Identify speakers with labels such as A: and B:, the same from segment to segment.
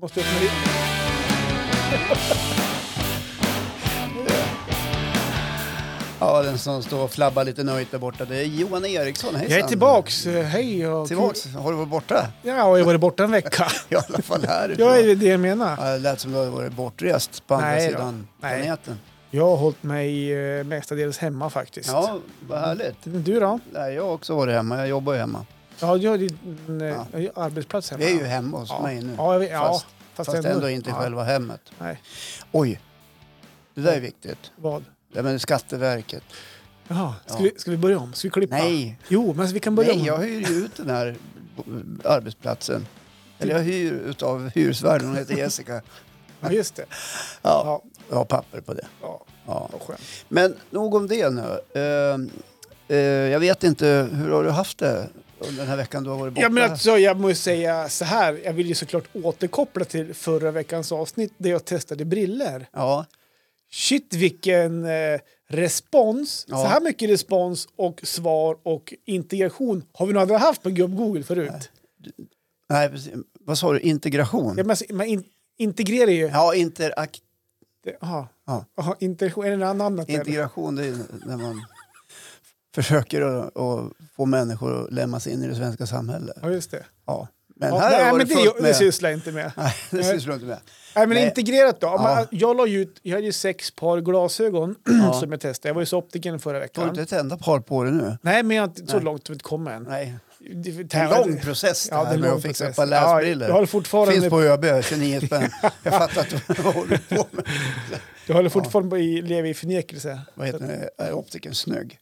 A: Måste upp med det.
B: Ja, den som står och flabbar lite nöjt där borta, det är Johan Eriksson. Hejsan.
A: Jag är tillbaks. Eh, Hej och...
B: Tillbaks? Har du varit borta?
A: Ja, jag har varit borta en vecka.
B: I alla fall här.
A: Jag är det jag menar.
B: Ja, det lät som du hade varit bortrest på andra
A: Nej då.
B: sidan
A: Nej.
B: planeten.
A: Jag har hållit mig eh, mestadels hemma faktiskt.
B: Ja, vad härligt.
A: Du då?
B: Nej, jag har också varit hemma. Jag jobbar ju hemma.
A: Ja, du har din eh, arbetsplats hemma.
B: Vi är ju hemma hos
A: ja.
B: mig nu.
A: Ja, jag vet, ja.
B: Fast- Fast ändå inte i
A: ja.
B: själva hemmet.
A: Nej,
B: Oj, det där är viktigt.
A: vad?
B: Ja, men Skatteverket.
A: Jaha, ska,
B: Ja.
A: Vi, ska vi börja om? Ska vi klippa?
B: Nej,
A: Jo, men alltså, vi kan börja
B: nej, jag
A: om.
B: hyr ju ut den här bo- arbetsplatsen. Eller jag hyr utav hyresvärden, hon heter Jessica.
A: Ja, just det.
B: Ja,
A: Ja,
B: jag har papper på det.
A: ja,
B: Ja.
A: vad skönt.
B: Men nog om det nu. Ehm, eh, jag vet inte, hur har du haft det under den här veckan du har varit borta?
A: Ja, men alltså, jag måste säga så här, jag vill ju såklart återkoppla till förra veckans avsnitt där jag testade briller.
B: ja.
A: Shit vilken eh, respons!
B: Ja.
A: Så här mycket respons och svar och integration har vi nog aldrig haft på Gubb-Google förut.
B: Nej, precis. vad sa du? Integration?
A: Ja, men, alltså, man in, integrerar ju...
B: Ja, interakt...
A: Jaha,
B: Ja.
A: Jaha, integration, är det något annat? eller?
B: Integration, det är när man försöker att, att få människor att lämma sig in i det svenska samhället.
A: Ja, just det.
B: Ja. Men
A: Ja,
B: här har
A: nej,
B: jag
A: men
B: varit
A: det,
B: fullt
A: det
B: med...
A: sysslar jag inte med.
B: Nej, det
A: Nej.
B: sysslar du inte med.
A: Nej, men
B: Nej.
A: integrerat då.
B: Ja.
A: Men Jag, la ju ut, jag hade ju sex par glasögon som jag testade. Jag var ju hos optiken förra
B: Du har
A: veckan.
B: inte ett enda par på det nu.
A: Nej, men jag har inte så
B: Nej.
A: långt kommit än.
B: Nej.
A: Det
B: Det är en lång process det
A: Ja, det är
B: här
A: en
B: med
A: lång
B: att fixa ett
A: process.
B: par läsbrillor.
A: Ja, jag håller fortfarande,
B: Finns på ÖB, 29 spänn. Jag fattar inte vad du håller på med.
A: jag håller fortfarande på i, lever i förnekelse.
B: Vad heter det? Är optiken snygg?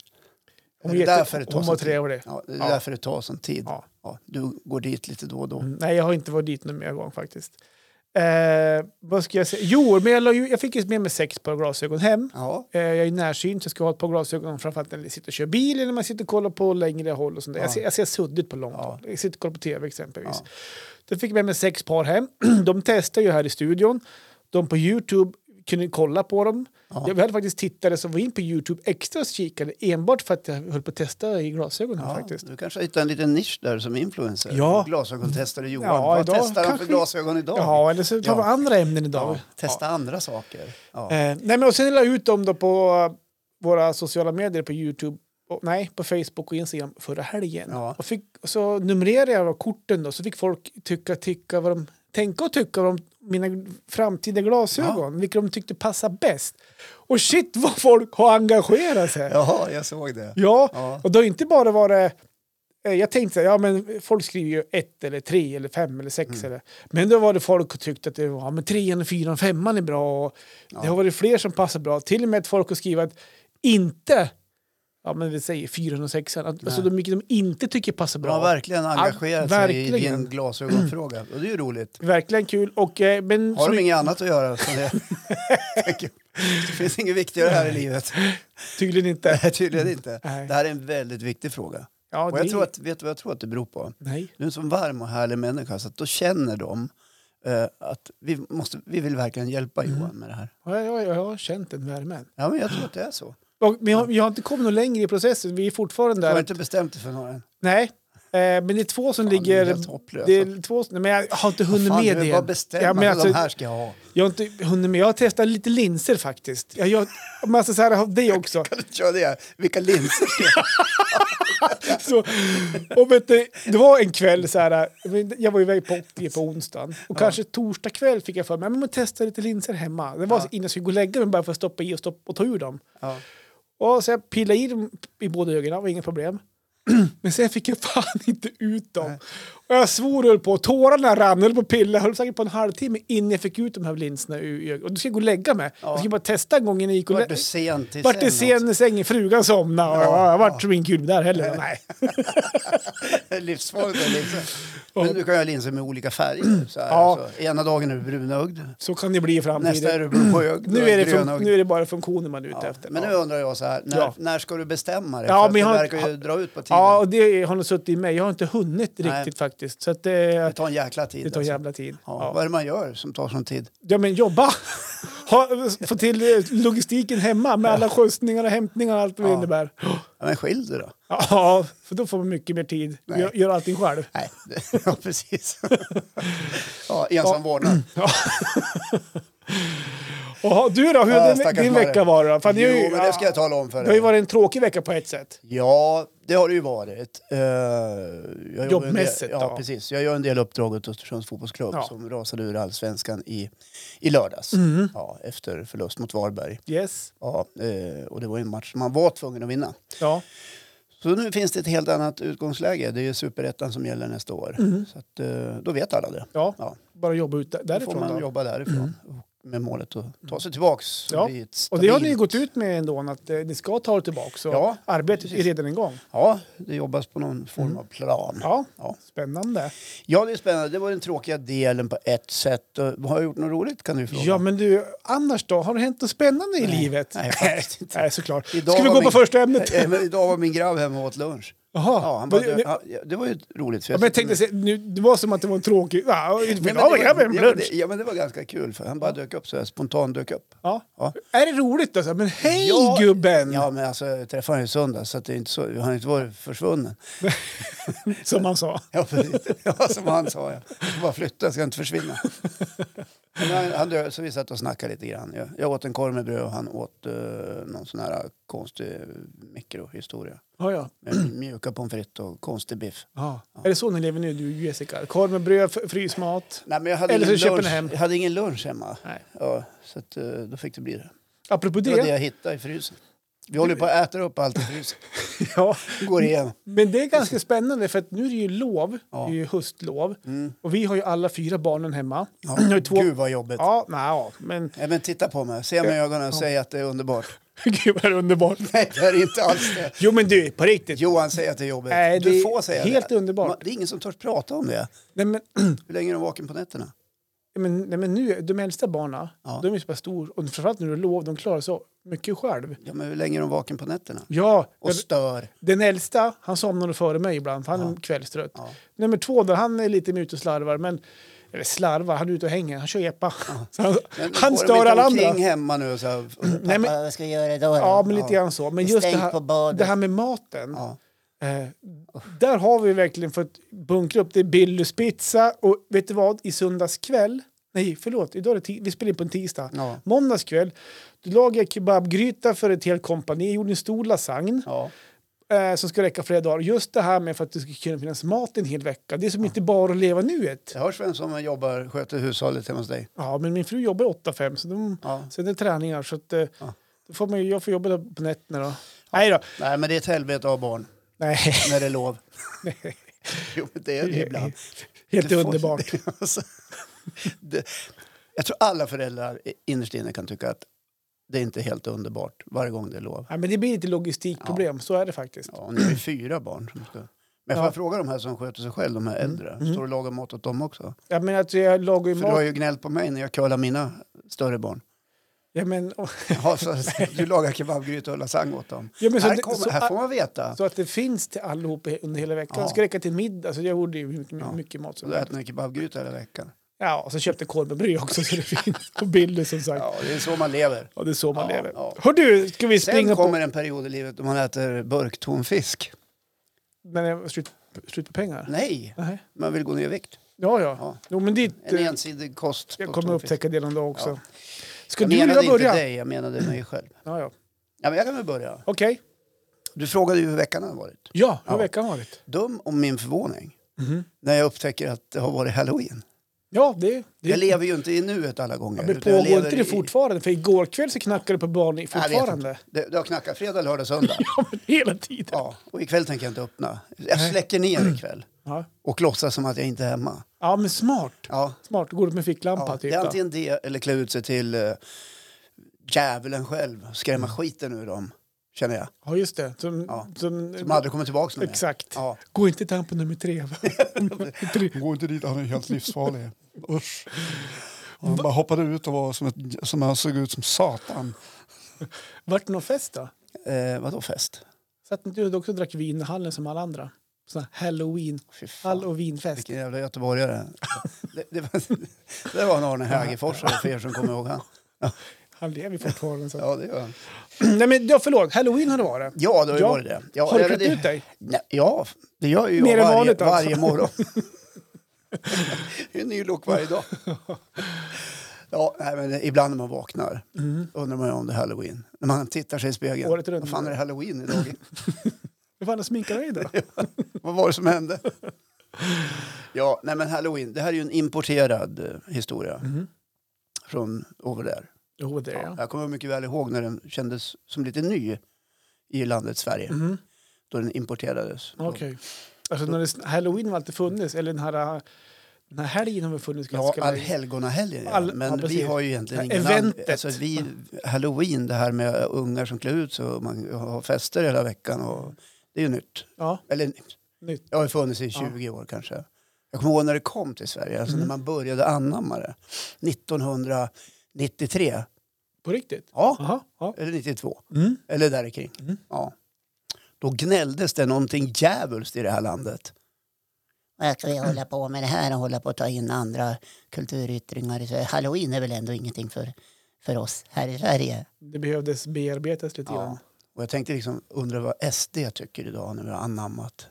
A: Hon
B: Är
A: är
B: det
A: jätte-
B: därför det tar
A: hon
B: sån
A: var
B: tid?
A: trevlig.
B: Ja, det är
A: Ja.
B: därför det tar sån tid.
A: Ja.
B: Ja, du går dit lite då och då.
A: Mm, Nej, jag har inte varit dit någon mer gång faktiskt. Eh, vad ska jag säga? Jo, men jag, la ju, jag fick ju med mig sex par glasögon hem.
B: Ja,
A: Eh, jag är närsynt, så jag ska ha ett par glasögon framförallt när jag sitter och kör bil eller när man sitter och kollar på längre håll. Och sånt där.
B: Ja.
A: Jag, ser, jag ser suddigt på långt
B: Ja.
A: håll. Jag sitter och kollar på tv exempelvis.
B: Ja.
A: Då fick jag med mig sex par hem. De testar ju här i studion. De på Youtube kunde kolla på dem.
B: Ja.
A: Jag hade faktiskt tittare som var in på Youtube extra och kikade enbart för att jag höll på att testa i glasögonen
B: ja,
A: faktiskt.
B: du kanske hittar en liten nisch där som influencer.
A: Ja. Mm.
B: Glasögontestare Johan.
A: Ja,
B: Vad
A: idag
B: testar han för
A: kanske-
B: glasögon idag?
A: Ja, eller så tar vi
B: Ja.
A: andra ämnen idag.
B: Ja, testa andra saker. Ja.
A: Eh, nej, men och sen la jag ut dem då på eh, våra sociala medier på Youtube. Och, nej, på Facebook och Instagram förra helgen.
B: Ja.
A: Och fick, och så numrerade jag då korten då, så fick folk tycka, tycka vad de tänka och tycka om mina framtida glasögon, vilka de tyckte passade bäst. Och shit vad folk har engagerat sig. Ja,
B: Jaha, jag såg det. Ja.
A: och då har inte bara varit eh, jag tänkte så här, ja men folk skriver ju ett eller tre eller fem eller sex
B: Mm.
A: eller... Men då var det folk som tyckte att det var, ja, men trean, fyran, femman är bra och det har varit fler som passar bra. Till och med att folk har skrivit att inte, ja men vi säger fyran och sexan, att, alltså de mycket de inte tycker passar bra.
B: Man har verkligen engagerat sig i
A: verkligen.
B: din glasögonfråga. Och det är ju roligt.
A: Verkligen kul och eh, men...
B: Har
A: så-
B: de inget annat att göra? Så det, tänker jag. det finns inget viktigare här i livet.
A: Tydligen inte.
B: Nej, Tydligen inte.
A: Nej.
B: Det här är en väldigt viktig fråga.
A: Ja,
B: Och
A: det
B: jag
A: är-
B: tror att, vet du vad jag tror att det beror på?
A: Nej.
B: Du är en sån varm och härlig människa så att då känner de eh, att vi, måste, vi vill verkligen hjälpa
A: Mm.
B: Johan med det här.
A: Ja, ja, ja, jag har känt den värmen.
B: Ja, men jag tror att det är så.
A: Och, men jag, jag har inte kommit någon längre i processen, vi är fortfarande
B: Du
A: där.
B: har
A: att-
B: inte bestämt dig för någon än.
A: Nej, eh, men det är två som
B: Fan, det är
A: ligger...
B: helt hopplöst.
A: Det är två, nej, men jag har inte hunnit
B: Fan,
A: med det.
B: du vill bara bestämma
A: Ja, men
B: men
A: alltså,
B: de här ska jag ha.
A: Jag har inte hunnit med. Jag har testat lite linser faktiskt. Jag gör men alltså, så här, jag har det också.
B: Kan du inte köra det? Vilka linser ska jag ha?
A: Så, och vet du, det var en kväll så här, men jag var iväg på 80 på onsdagen och kanske torsdag kväll fick jag för mig att testa lite linser hemma. Det var
B: Ja.
A: så innan jag skulle gå och lägga mig bara för att stoppa i och, stoppa och ta ur dem.
B: Ja.
A: Och så jag pillade i dem i båda ögonen, det var inget problem. Men sen fick jag fan inte ut dem. Och jag svor och höll på, tårarna rann, höll på att pilla, höll säkert på en halvtimme innan jag fick ut de här linserna ur ögonen. Och då ska jag gå och lägga mig. Jag ska bara testa en gång innan jag gick och
B: Vart
A: lä-
B: du sen till
A: Vart det
B: sängen
A: sen i sängen, frugan somnade och ja, jag vart så kul där heller. Nej.
B: också? Livsfarligt med linser. Men du kan ju ha linser med olika färger. Så här,
A: Ja.
B: alltså. Ena dagen är du brunögd,
A: Så kan det bli i framtiden.
B: nästa är du blåögd,
A: nu,
B: då
A: är det fun-
B: grönögd.
A: nu är det bara funktioner man är ute efter.
B: Men
A: ja.
B: nu undrar jag så här, när,
A: Ja.
B: när ska du bestämma dig?
A: Ja,
B: För att
A: men jag
B: det
A: har-
B: verkar ju dra ut på tiden.
A: ja, och det har nog suttit i mig. Jag har inte hunnit
B: Nej.
A: riktigt faktiskt. Så att, eh,
B: det tar en jäkla tid.
A: det tar
B: alltså.
A: jävla tid.
B: ja.
A: Ja.
B: Vad är det man gör som tar sån tid?
A: Ja men jobba! ha, få till eh, logistiken hemma med alla skjutsningar och hämtningar och allt vad det
B: Ja.
A: innebär.
B: Ja, men skilj dig då.
A: Ja, för då får man mycket mer tid.
B: Nej.
A: Gör, gör allting själv.
B: Nej, det- ja precis. ja, ensam vårdnad.
A: Jaha, du då, hur
B: Ja,
A: har din,
B: stackars
A: din
B: Marre.
A: vecka var då? Fan, det, är ju,
B: Jo, men det ska jag tala om för
A: det har ju
B: dig.
A: varit en tråkig vecka på ett sätt.
B: Ja, det har det ju varit. Eh, jag jobbar ju
A: Jobbmässigt
B: en del, Ja,
A: då?
B: precis. Jag gör en del uppdrag åt Östersunds fotbollsklubb
A: Ja.
B: som rasade ur allsvenskan i, i lördags.
A: Mm.
B: Ja, efter förlust mot Varberg.
A: Yes.
B: Ja, eh, och det var ju en match som man var tvungen att vinna.
A: Ja.
B: Så nu finns det ett helt annat utgångsläge. Det är ju superettan som gäller nästa år.
A: Mm.
B: Så att, eh, då vet alla det.
A: ja,
B: Ja,
A: bara jobba ut där-
B: då får
A: därifrån
B: man
A: då. Mm.
B: jobba därifrån och med målet att ta sig tillbaks. och
A: Ja,
B: bli ett
A: Och det har ni ju
B: stabilt-
A: gått ut med ändå, att eh, ni ska ta er tillbaka. Så
B: Ja,
A: arbetet
B: precis.
A: är redan igång.
B: Ja, det jobbas på någon form av plan. Ja.
A: Mm. Ja,
B: Ja.
A: spännande.
B: det är spännande. Det var den tråkiga delen på ett sätt. Och Har jag gjort något roligt kan du fråga?
A: Ja, men du, annars då? Har det hänt något spännande i livet?
B: Nej, faktiskt inte.
A: Nej, såklart.
B: Idag
A: Ska vi
B: var
A: gå
B: min-
A: på första ämnet?
B: Eh, men Idag var min grabb hemma och åt lunch.
A: Jaha.
B: Ja, han bara,
A: men,
B: du, ja, det var ju roligt. För
A: ja, men jag tänkte, se, nu, det var som att det var en tråkig... Ja, Nej,
B: Nej,
A: men,
B: men det var-
A: ja, men,
B: ja, men det- Ja, men det var ganska kul. För han bara dök upp så här, spontant dök upp.
A: ja.
B: Ja.
A: Är det roligt då? Så här, Men hej
B: Ja,
A: gubben!
B: Ja, men alltså, jag träffade honom i söndags så att det är inte så, han har inte varit försvunnen.
A: Som man sa.
B: Ja, precis. ja, som han sa. Ja. Jag ska bara flytta, jag ska inte försvinna. Men han, han, dö- så vi satt och snackade lite grann. Jag, jag åt en korv med bröd och han åt eh, någon sån här konstig mikrohistoria.
A: Ja, ja.
B: Med mjuka pommes frites och konstig biff.
A: Ja. Är det så ni lever nu, du och Jessica? Korv med bröd, f- frysmat.
B: Nej, men jag hade
A: Eller så
B: ingen
A: köper ni
B: lunch,
A: hem.
B: Jag hade ingen lunch hemma.
A: Nej.
B: Ja, så att, eh, då fick det bli det.
A: Apropå
B: Det var det
A: det.
B: jag hittade i frysen. Vi håller på att äta upp allt i frysen.
A: Ja.
B: Går igen.
A: Men det är ganska spännande för att nu är det ju lov,
B: Ja.
A: det är ju höstlov.
B: Mm.
A: Och vi har ju alla fyra barnen hemma.
B: Ja,
A: Jag har ju två-
B: Gud vad jobbigt.
A: Ja, nej, ja. men
B: Nej, men titta på mig, se mig i ögonen och säg att det är underbart.
A: gud vad underbart.
B: Nej, det är inte alls det.
A: Jo men du, på riktigt.
B: Johan säger att det är jobbigt.
A: Nej, det
B: du
A: är
B: får säga
A: helt
B: det.
A: underbart.
B: Man- Det är ingen som törs prata om det.
A: Nej, men,
B: Hur länge är de vaken på nätterna?
A: men, nej, men nu, de äldsta barnen,
B: Ja.
A: de är så pass stora. Och framförallt nu är det lov, de klarar så mycket själv.
B: Ja, men hur länge är de vaken på nätterna?
A: Ja,
B: Och stör.
A: den äldsta, han somnade före mig ibland för han är kvällstrött.
B: Ja.
A: Nummer två, där han är lite mer ute och slarvar. Men, eller slarvar, han är ute och hänger, han kör epa. Så han
B: Men
A: han
B: går de
A: stör
B: inte
A: alla
B: omkring
A: andra.
B: hemma nu och så här,
A: Nej, men-
B: pappa, vad ska jag göra idag? då?"
A: Ja, men lite grann så. Men
B: Det är
A: just det
B: stängt på
A: här,
B: badet.
A: det här med maten.
B: Ja.
A: Eh, där har vi verkligen fått bunkra upp. Det är Billys pizza och vet du vad? I söndags kväll, nej förlåt, idag är det ti- vi spelar in på en tisdag.
B: Ja.
A: Måndags kväll, då lagade jag kebabgryta för ett helt kompani. Jag gjorde en stor lasagne
B: Ja.
A: eh, som ska räcka flera dagar. Just det här med för att det ska kunna finnas mat en hel vecka. Det är som inte bara att leva nuet.
B: Det hörs vem som jobbar, sköter hushållet hemma hos dig.
A: Ja, men min fru jobbar 8-5 så de,
B: Ja.
A: sen är det träningar så att, eh,
B: Ja.
A: då får man, ju- jag får jobba där på nätterna då. Nej då.
B: Nej, men det är ett helvete av barn
A: Nej,
B: när det är lov. jo, men det är det ibland.
A: helt
B: Det får-
A: underbart.
B: Alltså, det, jag tror alla föräldrar innerst inne kan tycka att det är inte är helt underbart varje gång det är lov.
A: Ja, men det blir lite logistikproblem, så är det faktiskt.
B: Ja, och nu är det fyra barn som ska... Men får
A: Ja.
B: jag fråga de här som sköter sig själv, de här äldre, står du och lagar mat åt dem också?
A: Ja, men alltså, jag lagar ju
B: För du har
A: mat.
B: ju gnällt på mig när jag curlar mina större barn.
A: Ja, men,
B: Ja, så, du lagar kebabgryta och lasagne åt dem.
A: ja, men så,
B: här,
A: att-
B: kommer,
A: så,
B: här
A: att-
B: får man veta.
A: så att det finns till allihop he- under hela veckan.
B: Ja.
A: Det ska räcka till middag, så jag gjorde ju mycket,
B: Ja.
A: mycket mat.
B: Så
A: Som
B: du äter en kebabgryta hela veckan.
A: Ja, och så köpte jag korv med bröd också, så det finns på bilder som sagt. Ja.
B: Ja, det är så man lever.
A: det är så man
B: Ja,
A: lever.
B: ja.
A: Hör du, ska vi
B: Sen
A: springa på...
B: kommer en period i livet då man äter burktonfisk.
A: När det är slut, slut på pengar?
B: Nej,
A: Nej.
B: man vill gå ner i vikt.
A: Ja, ja.
B: Ja.
A: Jo, men dit...
B: En
A: eh,
B: ensidig kost.
A: Jag
B: på
A: kommer
B: tonfisk.
A: upptäcka det någon dag också.
B: Ja.
A: Ska
B: Jag
A: du eller
B: menade
A: jag
B: inte
A: börja?
B: dig, jag menade mig själv.
A: Ja, ja.
B: Ja, men jag kan väl börja.
A: Okej.
B: Du frågade ju hur veckan har varit.
A: Ja, hur har
B: Ja.
A: veckan varit?
B: Dum om min förvåning
A: Mhm.
B: när jag upptäcker att det har varit halloween.
A: Ja, det... det
B: Jag lever ju inte i nuet alla gånger.
A: Ja, men
B: utan jag
A: pågår
B: lever
A: inte det
B: i-
A: fortfarande? För igår kväll så knackade det på barn
B: Jag vet
A: fortfarande.
B: inte. Det, det har knackat fredag, lördag, söndag.
A: Ja, men hela tiden.
B: ja, och ikväll tänker jag inte öppna. Jag släcker
A: Mm.
B: ner ikväll
A: Ja.
B: och låtsas som att jag inte är hemma.
A: ja, men smart.
B: Ja,
A: Smart. Går ut med
B: ja.
A: ficklampa typ.
B: det är
A: då.
B: antingen det eller klä ut sig till uh, djävulen själv och skrämma
A: Mm.
B: skiten ur dem, känner jag.
A: Ja, just det. Som,
B: Ja.
A: som,
B: Som aldrig kommer tillbaka någon mer.
A: Mm. Exakt.
B: Ja.
A: Gå inte till han på nummer tre. Tre.
C: Gå inte dit, han är helt livsfarlig. Usch. Och han bara hoppade ut och var som ett, som han såg ut som satan.
A: Vart det någon fest då?
B: Eh, vadå fest?
A: Satt inte du också och drack vin i hallen som alla andra? Sån här halloween.
B: Fy fan.
A: Halloweenfest.
B: Vilken jävla göteborgare. Det, det, var, det var en Arne Hägerfors för er som kommer ihåg han.
A: Han lever fortfarande. Så.
B: Ja, det gör han.
A: Nej, men, ja, förlåt, halloween har det varit.
B: Ja, det har ju
A: Ja.
B: varit det. Ja,
A: har du
B: jag
A: klätt
B: vet-
A: ut dig?
B: Nej, ja, det gör ju
A: Mer
B: jag
A: än
B: varje,
A: vanligt alltså.
B: varje morgon. det är en ny look varje dag. Ja, nej, men ibland när man vaknar
A: Mm.
B: undrar man ju om det är halloween. När man tittar sig i spegeln.
A: Året runt.
B: Vad fan är det halloween idag?
A: Hur fan sminkar du dig då?
B: Vad var det som hände? Ja, nej men halloween, det här är ju en importerad eh, historia från over there.
A: Mm. Jo, det är jag.
B: Jag kommer mycket väl ihåg när den kändes som lite ny i landet Sverige,
A: Mm.
B: då den importerades.
A: Okej. Alltså, när det, halloween har alltid funnits, eller den här, äh, den här helgen har väl funnits
B: Ja,
A: ganska länge.
B: allhelgonahelgen. Ja.
A: All- ja,
B: men vi
A: precis.
B: har ju egentligen
A: Det här
B: ingen
A: eventet.
B: an- alltså, vi, Halloween, det här med ungar som klär ut sig och man har fester hela veckan. Och, det är ju nytt.
A: Ja,
B: Eller nytt.
A: nytt.
B: Jag har ju funnits i 20 år kanske. Jag kommer ihåg när det kom till Sverige, alltså när man började anamma det. 1993.
A: På riktigt?
B: Ja,
A: Aha, ja.
B: eller 92.
A: Mm.
B: Eller där kring. Ja. Då gnälldes det någonting djävulskt i det här landet.
D: Vad ska vi hålla på med det här och hålla på att ta in andra kulturyttringar? Så Halloween är väl ändå ingenting för, för oss här i Sverige?
A: Det behövdes bearbetas lite grann.
B: Ja. Och jag tänkte liksom undra vad SD tycker idag när vi har anammat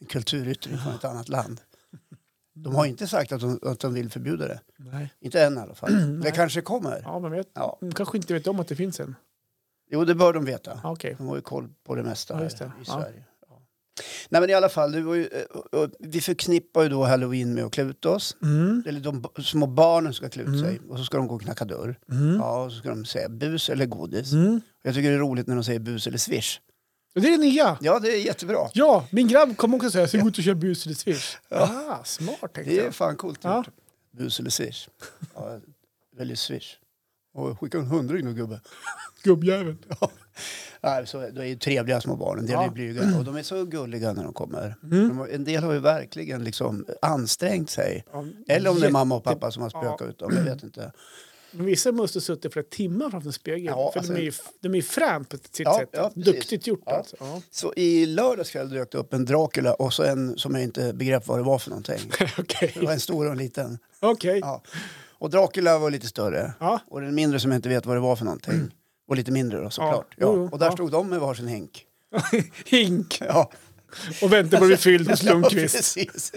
B: en kulturyttring från ett annat land. De har inte sagt att de, att de vill förbjuda det.
A: Nej.
B: Inte än i alla fall. Det kanske kommer.
A: Ja, men vet.
B: Ja.
A: De kanske inte vet om att det finns en.
B: Jo, det bör de veta.
A: Ja, Okej.
B: De har ju koll på det mesta
A: Ja,
B: här
A: just det.
B: i
A: Ja.
B: Sverige. Ja. Nej, men i alla fall, det var ju, eh, och- och vi förknippar ju då halloween med att klä ut oss.
A: Mm.
B: Eller de b- små barnen ska klä ut sig och så ska de gå och knacka dörr.
A: Mm.
B: Ja, och så ska de säga bus eller godis.
A: Mm.
B: Jag tycker det är roligt när de säger bus eller swish.
A: Det är det nya!
B: Ja, det är jättebra.
A: Ja, min grabb kommer också säga så gå ut och kör bus eller swish. Ah, smart tänkte
B: Det är
A: jag.
B: fan coolt
A: Ja.
B: gjort. Bus eller swish? Ja, jag väljer swish. Och skicka en hundring nu gubbe.
A: Gubbjäveln.
B: Nej, så, de är ju trevliga små barn, en del är
A: Ja. Mm.
B: ju blyga. Och de är så gulliga när de kommer. De har, en del har ju verkligen liksom ansträngt sig.
A: Ja,
B: Eller om det är
A: jätte-
B: mamma och pappa som har spökat
A: Ja.
B: ut dem, jag vet inte.
A: Men vissa måste ha suttit flera timmar framför spegeln.
B: Ja,
A: för
B: alltså-
A: de är ju, de är ju fräna på sitt
B: Ja,
A: sätt.
B: ja, precis.
A: Duktigt gjort
B: Ja.
A: alltså. Ja.
B: Så i lördags kväll dök det upp en Dracula och så en som jag inte begrep vad det var för någonting.
A: Okej.
B: Det var en stor och en liten.
A: Okej.
B: Ja. Och Dracula var lite större.
A: Ja.
B: Och den mindre som jag inte vet vad det var för någonting. Var lite mindre då såklart. Ja.
A: Jo, jo.
B: Och
A: Mm.
B: där
A: Ja.
B: stod de med varsin hink.
A: Hink.
B: Ja.
A: Och väntar på att bli fylld hos
B: Ja,
A: Lundqvist.
B: precis.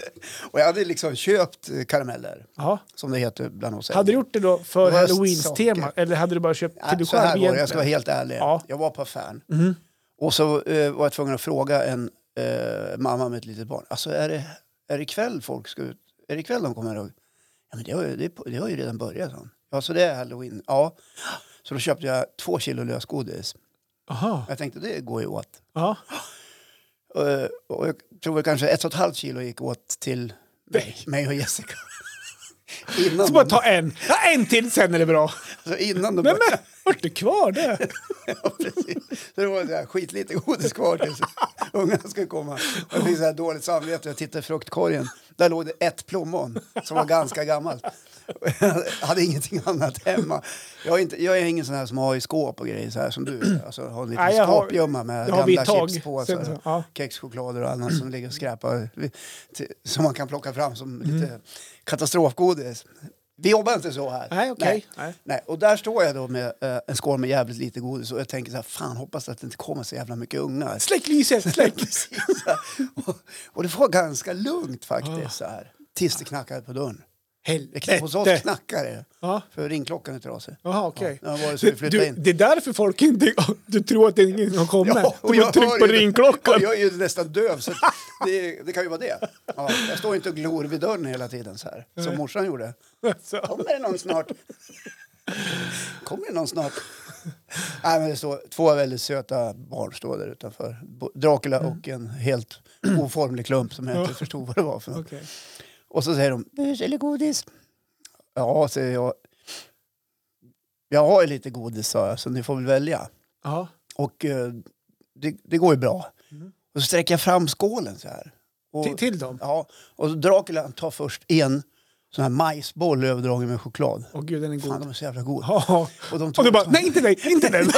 B: Och jag hade liksom köpt eh, karameller,
A: Ja.
B: som det heter bland oss.
A: Hade du gjort det då för
B: Det var
A: halloween-tema?
B: socker.
A: Eller hade du bara köpt till
B: Nej,
A: dig
B: så här
A: själv
B: var det, jag ska vara
A: egentligen?
B: helt ärlig.
A: Ja. Mm.
B: Jag var på affären. Och så eh, var jag tvungen att fråga en eh, mamma med ett litet barn. Alltså är det, är det kväll folk ska ut? Är det kväll de kommer ihåg? Ja, men det, har ju, det, är på- det har ju redan börjat. sa hon. Ja, så det är halloween. Ja. Så då köpte jag två kilo lösgodis.
A: Aha.
B: Jag tänkte det går ju åt.
A: Ja.
B: Eh, och jag tror väl kanske ett och ett halvt kilo gick åt till mig, mig och Jessica. innan,
A: Så bara
B: de,
A: ta en. Ja, en till sen är det bra.
B: alltså, innan de
A: Nej
B: började.
A: men, vart det kvar det?
B: Ja, precis. Så det var så här, skitlite godis kvar tills ungarna skulle komma. Och jag fick så här dåligt samvete. Jag tittade i fruktkorgen. Där låg det ett plommon som var ganska gammalt. Och Jag hade ingenting annat hemma. Jag är, inte, jag är ingen sån här som har i skåp och grejer så här som du. Alltså har en liten
A: Nej, jag har-
B: skåpgömma med
A: det har vi
B: gamla
A: ett tag.
B: chipspåsar,
A: Sen så, ja.
B: kexchoklader och annat som ligger och skräpar. till- Som man kan plocka fram som
A: Mm.
B: lite katastrofgodis. Vi jobbar inte så här.
A: Nej, okej. Nej.
B: Nej. Nej, och där står jag då med eh, en skål med jävligt lite godis och jag tänker så här, fan hoppas att det inte kommer så jävla mycket ungar.
A: Släck lyset, släck!
B: Precis, så här. och, och det var ganska lugnt
A: Ah.
B: faktiskt så här. Tills det knackade på dörren.
A: Helvete!
B: Hos oss knackade det.
A: Ja.
B: För ringklockan är trasig.
A: Jaha, okej.
B: Ja, det var det så vi
A: Du,
B: flyttade
A: du,
B: in.
A: det är därför folk inte... Du tror att ingen har kommit.
B: och
A: du har tryckt på
B: hör ju-
A: ringklockan.
B: och Jag är ju nästan döv, så det, det kan ju vara det. Ja, jag står inte och glor vid dörren hela tiden så här, som morsan gjorde.
A: Så.
B: Kommer det någon snart? Kommer det någon snart? Nej, men det står två väldigt söta barn står där utanför. Bo- Dracula och en helt oformlig klump som jag inte förstod vad det var för något.
A: Okej.
B: Och så säger de,
D: Bus eller godis?
B: ja, säger jag. Jag har ju lite godis, sa jag, så ni får väl välja.
A: Ja.
B: Och eh, det, det går ju bra. Och så sträcker jag fram skålen så här. Och,
A: Till, till dem?
B: Ja, och så Dracula han tar först en sån här majsboll överdragen med choklad.
A: Åh gud, den är
B: Fan,
A: god.
B: de är så jävla goda.
A: Ja.
B: Och de
A: Och du bara, nej inte den, inte den.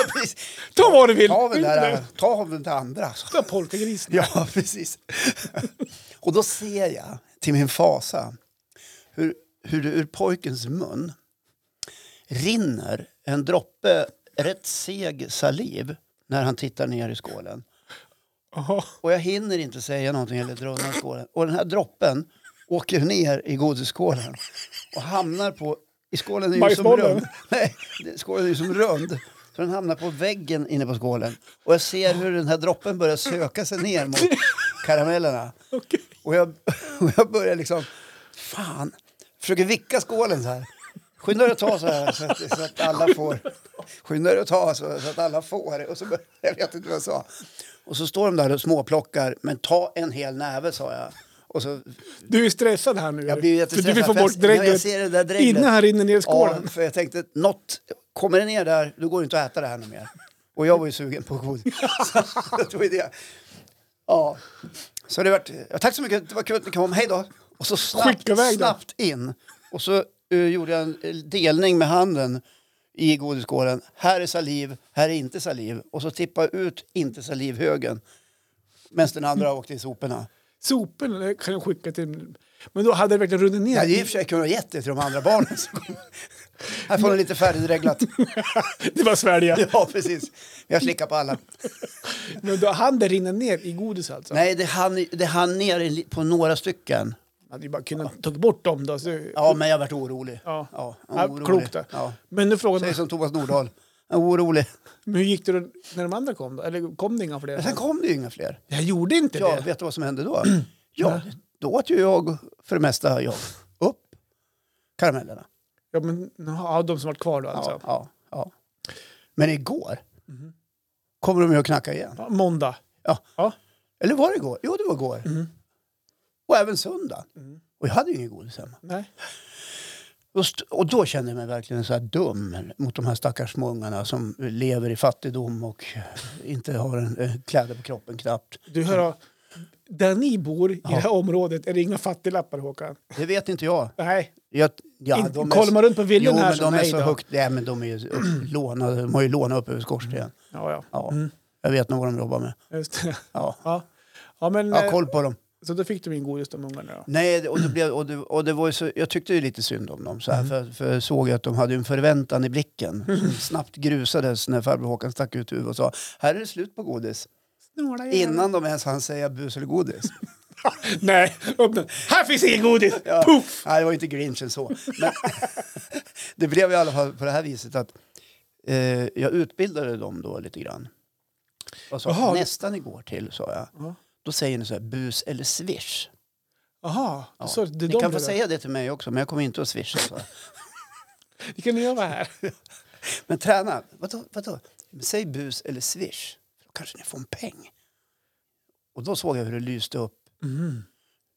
A: Ta vad du vill.
B: Ta väl
A: Inte
B: det där,
A: den.
B: ta väl det andra. alltså.
A: Ta polkagrisen.
B: Ja, precis. Och då ser jag till min fasa hur, hur det ur pojkens mun rinner en droppe rätt seg saliv när han tittar ner i skålen.
A: Jaha.
B: Och jag hinner inte säga någonting eller dra undan skålen. Och den här droppen åker ner i godisskålen och hamnar på... I skålen är ju som
A: Bajsbollen.
B: rund. Nej, det- skålen är ju som rund. Så den hamnar på väggen inne på skålen. Och jag ser hur den här droppen börjar söka sig ner mot karamellerna.
A: Okej.
B: Och jag, och jag börjar liksom... Fan! Försöker vicka skålen så här. Skynda dig att ta så här så att, så att alla får. Skynda dig att ta så, så att alla får. Och så börjar, jag vet inte vad jag sa. Och så står de där och småplockar. Men ta en hel näve sa jag. Och så,
A: Du är stressad här nu.
B: jag blir ju
A: för du vill få
B: jättestressad, för
A: bort
B: jag- när Jag
A: dreglet
B: ser det där dreglet.
A: innan han rinner ner i skålen.
B: Ja, för jag tänkte något, kommer det ner där, då går det inte att äta det här något mer. Och jag var ju sugen på godis. Så det var ju det. Ja. Så det vart, ja, tack så mycket, det var kul att ni kom, hej då. Och så
A: Skicka iväg den.
B: snabbt, snabbt in. Och så eh, gjorde jag en eh, delning med handen i godisskålen. Här är saliv, här är inte saliv. Och så tippade jag ut inte salivhögen. Medan den andra åkte i soporna.
A: Sopen kan jag skicka till... Men då hade det verkligen runnit ner.
B: Jag hade i och för sig kunnat ge det till de andra barnen. som kom. Här får ni lite färdigreglat.
A: Det var svälja.
B: Ja, precis. Jag slickar på alla.
A: Men då hann det rinna ner i godis alltså.
B: Nej, det hann, det hann ner i li- på några stycken.
A: Man hade ju bara kunnat ta bort dem då. Så...
B: Ja, men jag varit orolig.
A: Ja.
B: jag var orolig.
A: klokt det.
B: Ja.
A: Men nu frågar
B: Säg
A: man,
B: som Thomas Nordahl. Jag var orolig.
A: men hur gick det då när de andra kom då? Eller kom det inga
B: Men sen
A: fler?
B: kom det ju inga fler.
A: Jag gjorde inte
B: Ja,
A: det.
B: vet du vad som hände då? Ja, då åt ju jag, för det mesta jag, upp karamellerna.
A: Ja, men ja, de som var kvar då alltså.
B: Ja, ja, ja. Men igår kommer de ju att knacka igen.
A: Ja, måndag.
B: Ja.
A: Ja.
B: Eller var det igår? Jo, det var igår.
A: Mm.
B: Och även söndag. Och jag hade ju inget godis hemma.
A: Nej.
B: Just, och då kände jag mig verkligen så här dum mot de här stackars små ungarna som lever i fattigdom och inte har en, eh, kläder på kroppen knappt.
A: Du hör, då, där ni bor i det här området är det inga fattiglappar Håkan.
B: Det vet inte jag.
A: Nej,
B: jag ja,
A: Inte-
B: de är
A: kollar
B: så-
A: man runt på villorna
B: jo,
A: här
B: men
A: som
B: de är
A: mig
B: så
A: då?
B: högt. Nej, men de är ju lånade. De har ju lånat upp över skorstenen.
A: ja, ja.
B: Ja, Jag vet nog vad de jobbar med.
A: Just det.
B: Ja.
A: Ja. Ja, men,
B: Jag har
A: eh,
B: koll på dem.
A: Så då fick du in godis de ungarna då?
B: Nej, det- och det blev, och det, och det var ju så, jag tyckte ju lite synd om dem. Så
A: Mm.
B: här, för, för jag såg ju att de hade en förväntan i blicken som snabbt grusades när farbror Håkan stack ut huvudet och sa här är det slut på godis.
A: Snåla jävlar.
B: Innan de ens hann säga bus eller godis.
A: Nej, öppna. Här finns inget godis!
B: Ja.
A: Puff!
B: Nej, det var inte grinchen så. Men det blev i alla fall på det här viset att eh, jag utbildade dem då lite grann. Och sa
A: Jaha.
B: nästan igår till, sa jag.
A: Ja.
B: Då säger ni så här, bus eller swish.
A: Jaha,
B: Ja.
A: så det är
B: ni
A: de
B: kan få
A: där.
B: säga det till mig också, men jag kommer inte att swisha. Så.
A: Det kan ni göra här.
B: Men träna, vadå? vadå? Säg bus eller swish, då kanske ni får en peng. Och då såg jag hur det lyste upp,
A: Mm.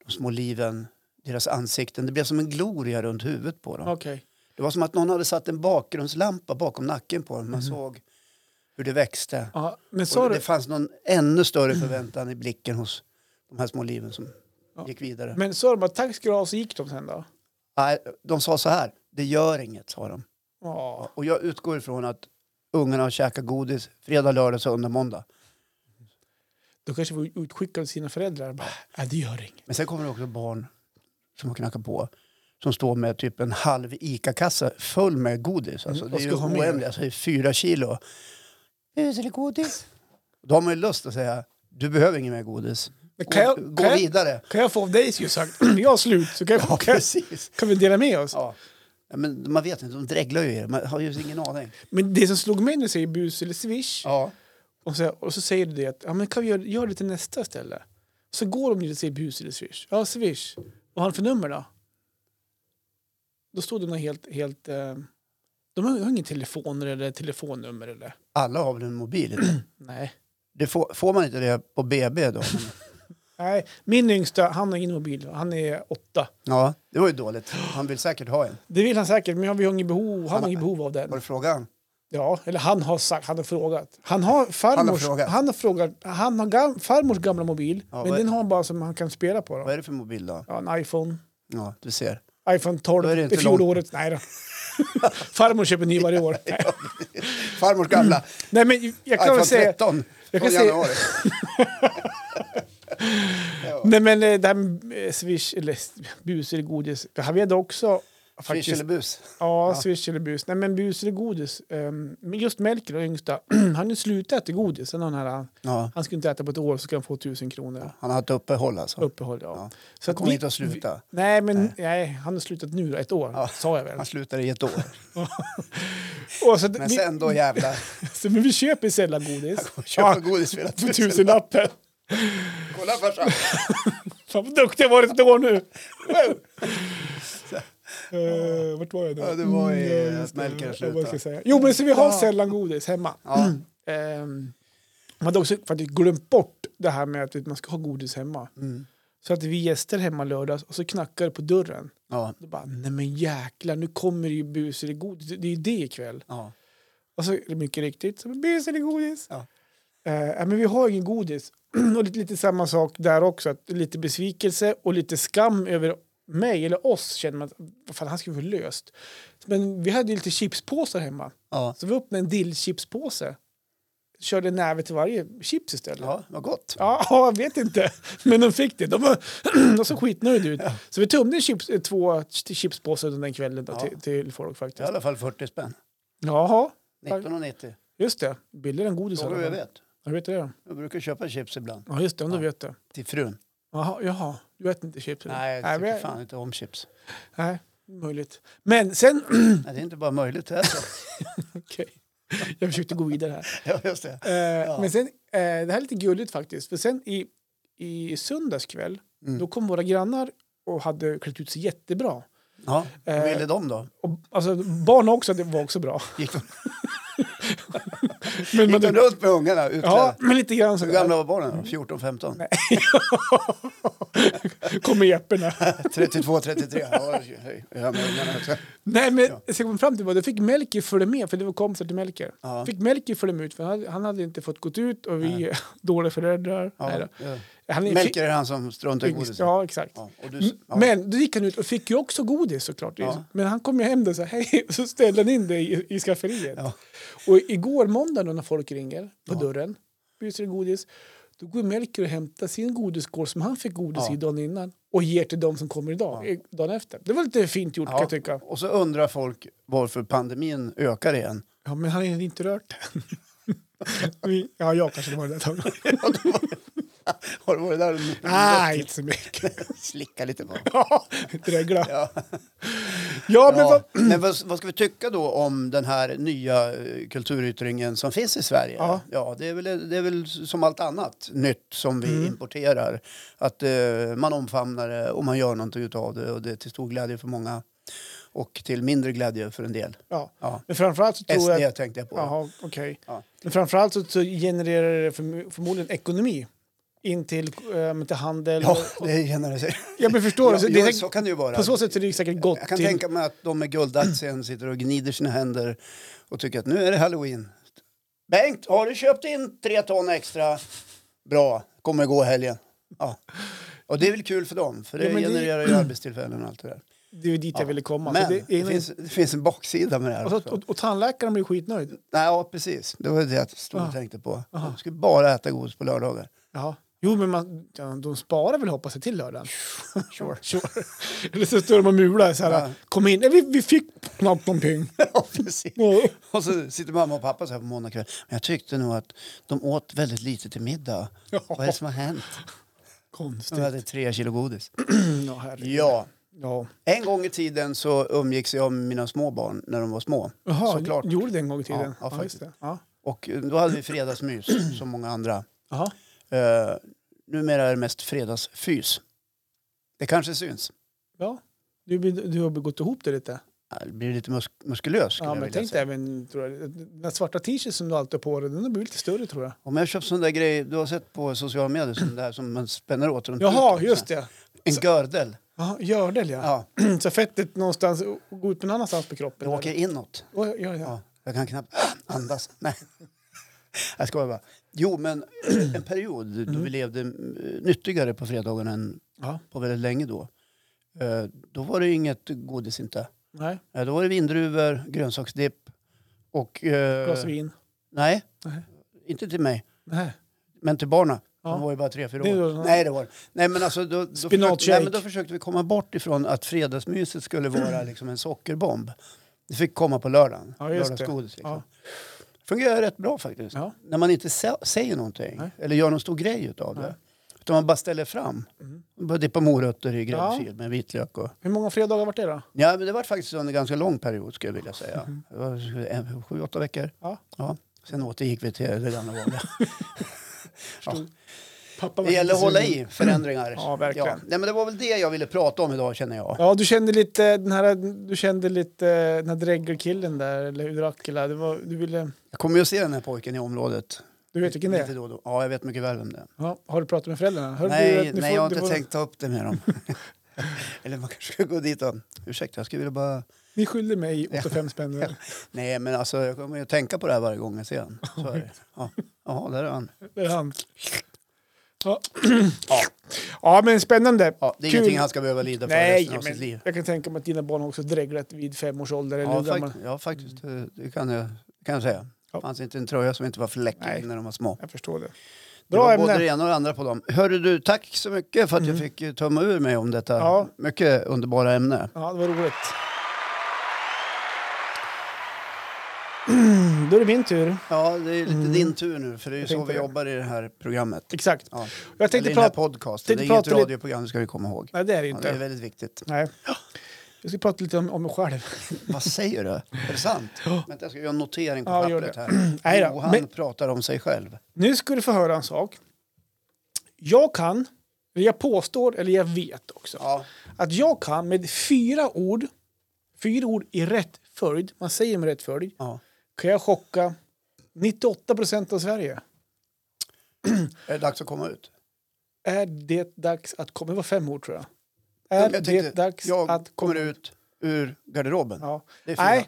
B: de små liven, deras ansikten. Det blev som en gloria runt huvudet på dem.
A: Okej.
B: Det var som att någon hade satt en bakgrundslampa bakom nacken på dem. Man såg hur det växte.
A: Mm. Ja, men sa
B: Och
A: du, Mm.
B: det fanns någon ännu större förväntan i blicken hos de här små liven som gick vidare.
A: men sa de bara tack ska du ha så gick de sen då?
B: Nej, de sa så här, det gör inget, sa de.
A: Ja.
B: Och jag utgår ifrån att ungarna har käkat godis fredag, lördag, söndag, måndag.
A: Då kanske vi utskickade till sina föräldrar. Bara, Nej, det gör inget.
B: Men sen kommer det också barn som har knackat på som står med typ en halv ICA-kassa full med godis. Alltså,
A: Mm,
B: det
A: och
B: är ju
A: ska ha mer.
B: oändligt, alltså, det är fyra kilo. Bus eller godis? Då har man ju lust att säga, du behöver inget mer godis.
A: Men
B: Gå,
A: kan jag-
B: gå
A: kan jag-
B: vidare.
A: Kan jag få av dig skulle jag sagt. jag har slut så kan, jag,
B: Ja,
A: kan,
B: precis.
A: kan vi dela med oss.
B: Ja. Ja, men man vet inte, de dreglar ju er. Man har ju ingen aning.
A: Men det som slog mig när du säger bus eller swish
B: Ja.
A: och, så, och så säger du det att ja, men kan vi göra, gör det till nästa ställe. Så går de dit och säger bus eller swish. Ja, swish. Vad har han för nummer då? Då står det något helt... helt eh, de har har ingen telefoner eller telefonnummer eller...
B: Alla har väl en mobil idag.
A: Nej.
B: Det får, får man inte det på BB då? Men,
A: Nej, min yngsta, han har ingen mobil. Han är åtta.
B: ja, det var ju dåligt. Han vill säkert ha en.
A: Det vill han säkert, men vi har inget behov, han har inget behov av
B: Var
A: den.
B: det frågan?
A: Ja, eller han har sagt, han har frågat. Han har farmors,
B: Han har frågat.
A: han har, frågat, han har gam, farmors gamla mobil,
B: Ja,
A: men
B: vad-
A: den har han bara som han kan spela på. Då.
B: Vad är det för mobil då?
A: Ja, en iPhone.
B: Ja, du ser.
A: iPhone 12
B: Då är det
A: i
B: inte
A: fjolåret. Nej då. Farmor köper ny varje år. Nej,
B: Farmors gamla
A: Nej men Mm. jag kan
B: iPhone
A: väl säga...
B: 13
A: jag
B: från
A: kan säga-
B: januari.
A: Nej men eh, det här med eh, Swish eller s- bus eller godis. Vi hade också faktiskt.
B: Swish eller bus?
A: Ja,
B: Ja.
A: swish eller bus. Nej, men bus eller godis. Ehm, Men just Melker, den yngsta, han har ju slutat äta godis. Sen har han, här,
B: Ja.
A: han skulle inte äta på ett år så ska han få tusen kronor
B: Han har ett uppehåll alltså.
A: uppehåll. Ja.
B: Ja.
A: Så
B: Han
A: att
B: kommer
A: vi-
B: inte att sluta.
A: Nej, men nej. han har slutat nu då, ett år,
B: Ja.
A: sa jag väl.
B: Han slutar i ett år.
A: Och så att
B: Men
A: vi,
B: sen då jävlar.
A: så, men vi köper sällan godis.
B: Köpa
A: Ja,
B: godis för hela
A: För
B: tusen.
A: tusenlappen.
B: Kolla farsan.
A: Fan vad duktig jag varit ett år nu. uh, vart var jag då?
B: Ja, det var i,
A: Mm,
B: eh,
A: just
B: att Melker
A: det, vad
B: slutade.
A: jag ska säga. Jo, men så vi har
B: Ja.
A: sällan godis hemma.
B: Ja.
A: Ehm, man hade också faktiskt glömt bort det här med att man ska ha godis hemma.
B: Mm.
A: Så att vi gäster hemma lördags och så knackar det på dörren.
B: Ja.
A: Då bara, nej men jäklar, nu kommer det ju bus eller godis. Det är ju det ikväll.
B: Ja.
A: Och så är det mycket riktigt, så, bus eller godis?
B: Ja.
A: Eh, ja, men vi har ingen godis. och lite, lite samma sak där också, att lite besvikelse och lite skam över mig eller oss känner man att vad fan, han skulle få löst. Men vi hade ju lite chipspåsar hemma.
B: Ja.
A: Så vi öppnade en dillchipspåse. Körde en näve till varje chips istället. Ja.
B: ja, vad gott.
A: Ja, jag vet inte. Men de fick det. De, var, de såg skitnöjda ut. Så vi tömde en chips, eh, två ch- chipspåsar under den kvällen då,
B: Ja.
A: till, till folk
B: Det är I
A: faktiskt.
B: alla fall 40 spänn.
A: Jaha,
B: 1990.
A: just det. Billigare än godis. i alla
B: Fråga
A: fall.
B: jag vet.
A: Ja, vet du det?
B: Jag brukar köpa chips ibland.
A: Ja, just det. Om du
B: Ja.
A: vet det.
B: Till frun.
A: Jaha, jaha. du vet inte chips? eller?
B: Nej, jag tycker
A: men-
B: fan inte om chips.
A: Nej, möjligt. Men sen...
B: Nej, det är inte bara möjligt det är så.
A: Okej. Jag försökte gå vidare här.
B: Ja, just det.
A: Eh, Men sen, eh, det här är lite gulligt faktiskt. För sen i, i söndags kväll,
B: Mm.
A: då kom våra grannar och hade klätt ut sig jättebra.
B: Ja, vad
A: Eh,
B: ville de då?
A: Och, alltså, barn också, det var också bra.
B: Gick de,
A: Men,
B: gick
A: men,
B: de runt med ungarna
A: ja,
B: utklädda?
A: men lite grann så.
B: Hur gamla var barnen då? 14, 15?
A: Kommer jepperna.
B: 32, 33? Ja, hej. ja, men ungarna också.
A: Nej, men så jag kom fram till vad, då fick Melker följa med, för det var kompisar till Melker.
B: Ja.
A: Fick Melker följa med ut, för han hade, han hade inte fått gått ut och vi är dåliga föräldrar. Nej
B: Ja,
A: då.
B: ja.
A: Han är-
B: Melker är han som struntar i godis.
A: Ja, exakt.
B: Ja, och du, ja.
A: Men då gick han ut och fick ju också godis såklart.
B: Ja.
A: Men han kom ju hem och sa hej och så ställde han in det i, i skafferiet.
B: Ja.
A: Och igår måndag då när folk ringer på dörren, bjuder godis, då går Melker och hämtar sin godisskål som han fick godis
B: Ja.
A: i dagen innan och ger till dem som kommer idag, eh, dagen efter. Det var lite fint gjort kan
B: Ja,
A: jag tycka.
B: Och så undrar folk varför pandemin ökar igen.
A: Ja, men han har inte rört den. ja, jag kanske det var det där.
B: Har du varit där och
A: Nej, inte så mycket.
B: slickat lite på?
A: Ja, Dregla. Ja,
B: Ja.
A: men vad...
B: Ja. Men vad, vad ska vi tycka då om den här nya eh, kulturyttringen som finns i Sverige?
A: Ja.
B: det, är väl, det är väl som allt annat nytt som vi
A: Mm.
B: importerar. Att eh, man omfamnar det och man gör någonting utav det och det är till stor glädje för många och till mindre glädje för en del.
A: Ja.
B: Ja.
A: Men framförallt så tror
B: SD
A: jag...
B: tänkte jag på.
A: Jaha, okej.
B: Ja.
A: Men framförallt så, så genererar det förm- förmodligen ekonomi in till, ähm, till handel.
B: Ja,
A: och,
B: det känner sig.
A: ja, men förstår du?
B: Ja,
A: Så det
B: jo,
A: är säkert-
B: så kan det ju vara.
A: På så sätt så är det ju säkert gott
B: Jag kan
A: till...
B: tänka mig att de med guldaktien sitter och gnider sina händer och tycker att nu är det halloween. Bengt, har du köpt in tre ton extra? Bra, kommer gå helgen. Ja. Och det är väl kul för dem, för det
A: Ja, men det-
B: genererar ju arbetstillfällen och allt det där.
A: Det är ju dit jag ville komma.
B: Men
A: så det, är,
B: det, finns, det finns en baksida med det här
A: och, så,
B: också.
A: och, och tandläkaren blir skitnöjd.
B: Nej, ja, precis. Det var det jag stod och
A: Ja.
B: tänkte på. De skulle bara äta godis på lördagar.
A: Ja. Jo, men man, ja, de sparar väl hoppas jag till lördagen. Sure. Eller så står de och mular så här.
B: Ja.
A: Kom in. Nej, vi, vi fick knappt någonting.
B: Ja, precis. Och så sitter mamma och pappa så här på måndag kväll. Men jag tyckte nog att de åt väldigt lite till middag.
A: Ja.
B: Vad är det som har hänt?
A: Konstigt.
B: De hade tre kilo godis.
A: Ja, herregud.
B: Ja,
A: ja.
B: en gång i tiden så umgicks jag med mina små barn när de var små.
A: Jaha,
B: Såklart.
A: gjorde det en gång i tiden?
B: Ja, ja,
A: just det. Ja.
B: Och då hade vi fredagsmys som många andra.
A: Jaha.
B: Uh, numera är det mest fredagsfys. Det kanske syns.
A: Ja, du, du har gått ihop det lite.
B: Ja, Det blir lite mus muskulös skulle
A: Ja,
B: jag
A: men
B: vilja
A: tänk dig
B: säga.
A: även, tror jag, den där svarta t-shirten som du alltid har på dig, den har blivit lite större tror jag.
B: Om jag köper sån där grej, du har sett på sociala medier, sån där som man spänner åt runt
A: Jaha,
B: puten,
A: just
B: så här.
A: det.
B: En gördel.
A: Jaha, gördel ja.
B: Ja,
A: Så fettet någonstans och går ut på en annanstans på kroppen.
B: det åker inåt.
A: Oj, ja, ja.
B: Ja, jag kan knappt andas. Nej. Jag skojar bara. Jo, men eh, en period då
A: Mm.
B: vi levde eh, nyttigare på fredagarna än
A: Ja,
B: på väldigt länge då. Eh, Då var det inget godis inte.
A: Nej,
B: Eh, Då var det vindruvor, grönsaksdipp och... eh,
A: glas vin.
B: Nej,
A: Nej.
B: inte till mig,
A: Nej.
B: men till barna. De var ju bara tre, fyra
A: Det
B: år.
A: var-
B: Nej, det var Nej, men alltså då, då, försökte,
A: Spinatshake.
B: nej, men då försökte vi komma bort ifrån att fredagsmyset skulle vara liksom en sockerbomb. Det fick komma på lördagen.
A: Ja, just det.
B: lördagsgodis. Liksom.
A: Ja.
B: Fungerar rätt bra faktiskt.
A: Ja.
B: När man inte sä- säger någonting
A: Nej.
B: eller gör någon stor grej utav det. Utan man bara ställer fram.
A: Mm.
B: Bara dippa morötter i gräddfil med vitlök och...
A: Hur många fredagar vart det då?
B: Ja, men det var faktiskt under en ganska lång period skulle jag vilja säga. Det var en- sju, åtta veckor.
A: Mm. Ja.
B: Ja. Sen återgick vi till det gamla vanliga.
A: Pappa var
B: Det gäller att
A: lite
B: hålla
A: sugen.
B: i förändringar.
A: Ja, verkligen.
B: Nej, men det var väl det jag ville prata om idag känner jag.
A: Ja, du kände lite den här, du kände lite eh, den här dräggelkillen där, eller Udrakila. Det var, du ville,
B: Jag kommer ju att se den här pojken i området.
A: du vet vilken det
B: Lite
A: är?
B: då och då. Ja, jag vet mycket väl vem det är.
A: Ja, har du pratat med föräldrarna? Hörde du
B: Nej,
A: att ni
B: nej
A: får-
B: jag har
A: det
B: inte
A: var-
B: tänkt ta upp det med dem. Eller man kanske ska gå dit och... Ursäkta, jag skulle vilja bara...
A: Ni skyllde mig 85 spänn. där.
B: Nej, men alltså jag kommer ju att tänka på det här varje gång jag ser honom. Så är det. Ja, Jaha, där är han.
A: Det är han. Ja. ja, men spännande.
B: Ja, det är
A: Kul.
B: ingenting han ska behöva lida för
A: Nej,
B: resten av sitt
A: men
B: liv.
A: jag kan tänka mig att dina barn också dreglat vid fem års ålder. Eller
B: Ja,
A: hur gammal.
B: fakt ja, faktiskt. eh, Det kan jag, det kan jag säga.
A: Ja.
B: Det fanns inte en tröja som inte var
A: Nej.
B: fläckig när de var små.
A: Jag förstår det.
B: Det
A: Bra
B: var
A: ämne.
B: både det ena och det andra på dem. Hörru du, tack så mycket för att jag fick eh, tömma ur mig om detta
A: Ja.
B: mycket underbara ämne.
A: Ja, det var roligt. Mm, Då är det min tur.
B: Ja, det är lite din tur nu, för Mm. det är ju
A: Jag
B: så
A: tänkte
B: vi
A: det.
B: jobbar i det här programmet.
A: Exakt.
B: Ja.
A: Jag
B: Eller
A: tänkte
B: i den här
A: prata...
B: podcasten. Det
A: tänkte
B: är inget
A: prata lite-
B: radioprogram, det ska vi komma ihåg.
A: Nej, det är det
B: Ja, det är
A: inte.
B: väldigt viktigt.
A: Nej. Jag ska prata lite om, om mig själv.
B: Vad säger du? Är det sant? Vänta, jag ska göra en notering på
A: Ja, gör
B: pappret
A: det.
B: här.
A: Nej då,
B: Johan
A: men-
B: pratar om sig själv.
A: Nu ska du få höra en sak. Jag kan, eller jag påstår, eller jag vet också,
B: Ja,
A: att jag kan med fyra ord, fyra ord i rätt följd, man säger med rätt följd,
B: ja.
A: kan jag chocka 98 procent av Sverige.
B: Är det dags att komma ut?
A: Är det dags att komma... Det var fem ord tror jag.
B: Ja,
A: Är
B: men jag
A: det dags
B: jag
A: att komma...
B: kommer ut ur garderoben.
A: Ja.
B: Det är fyra.
A: Nej.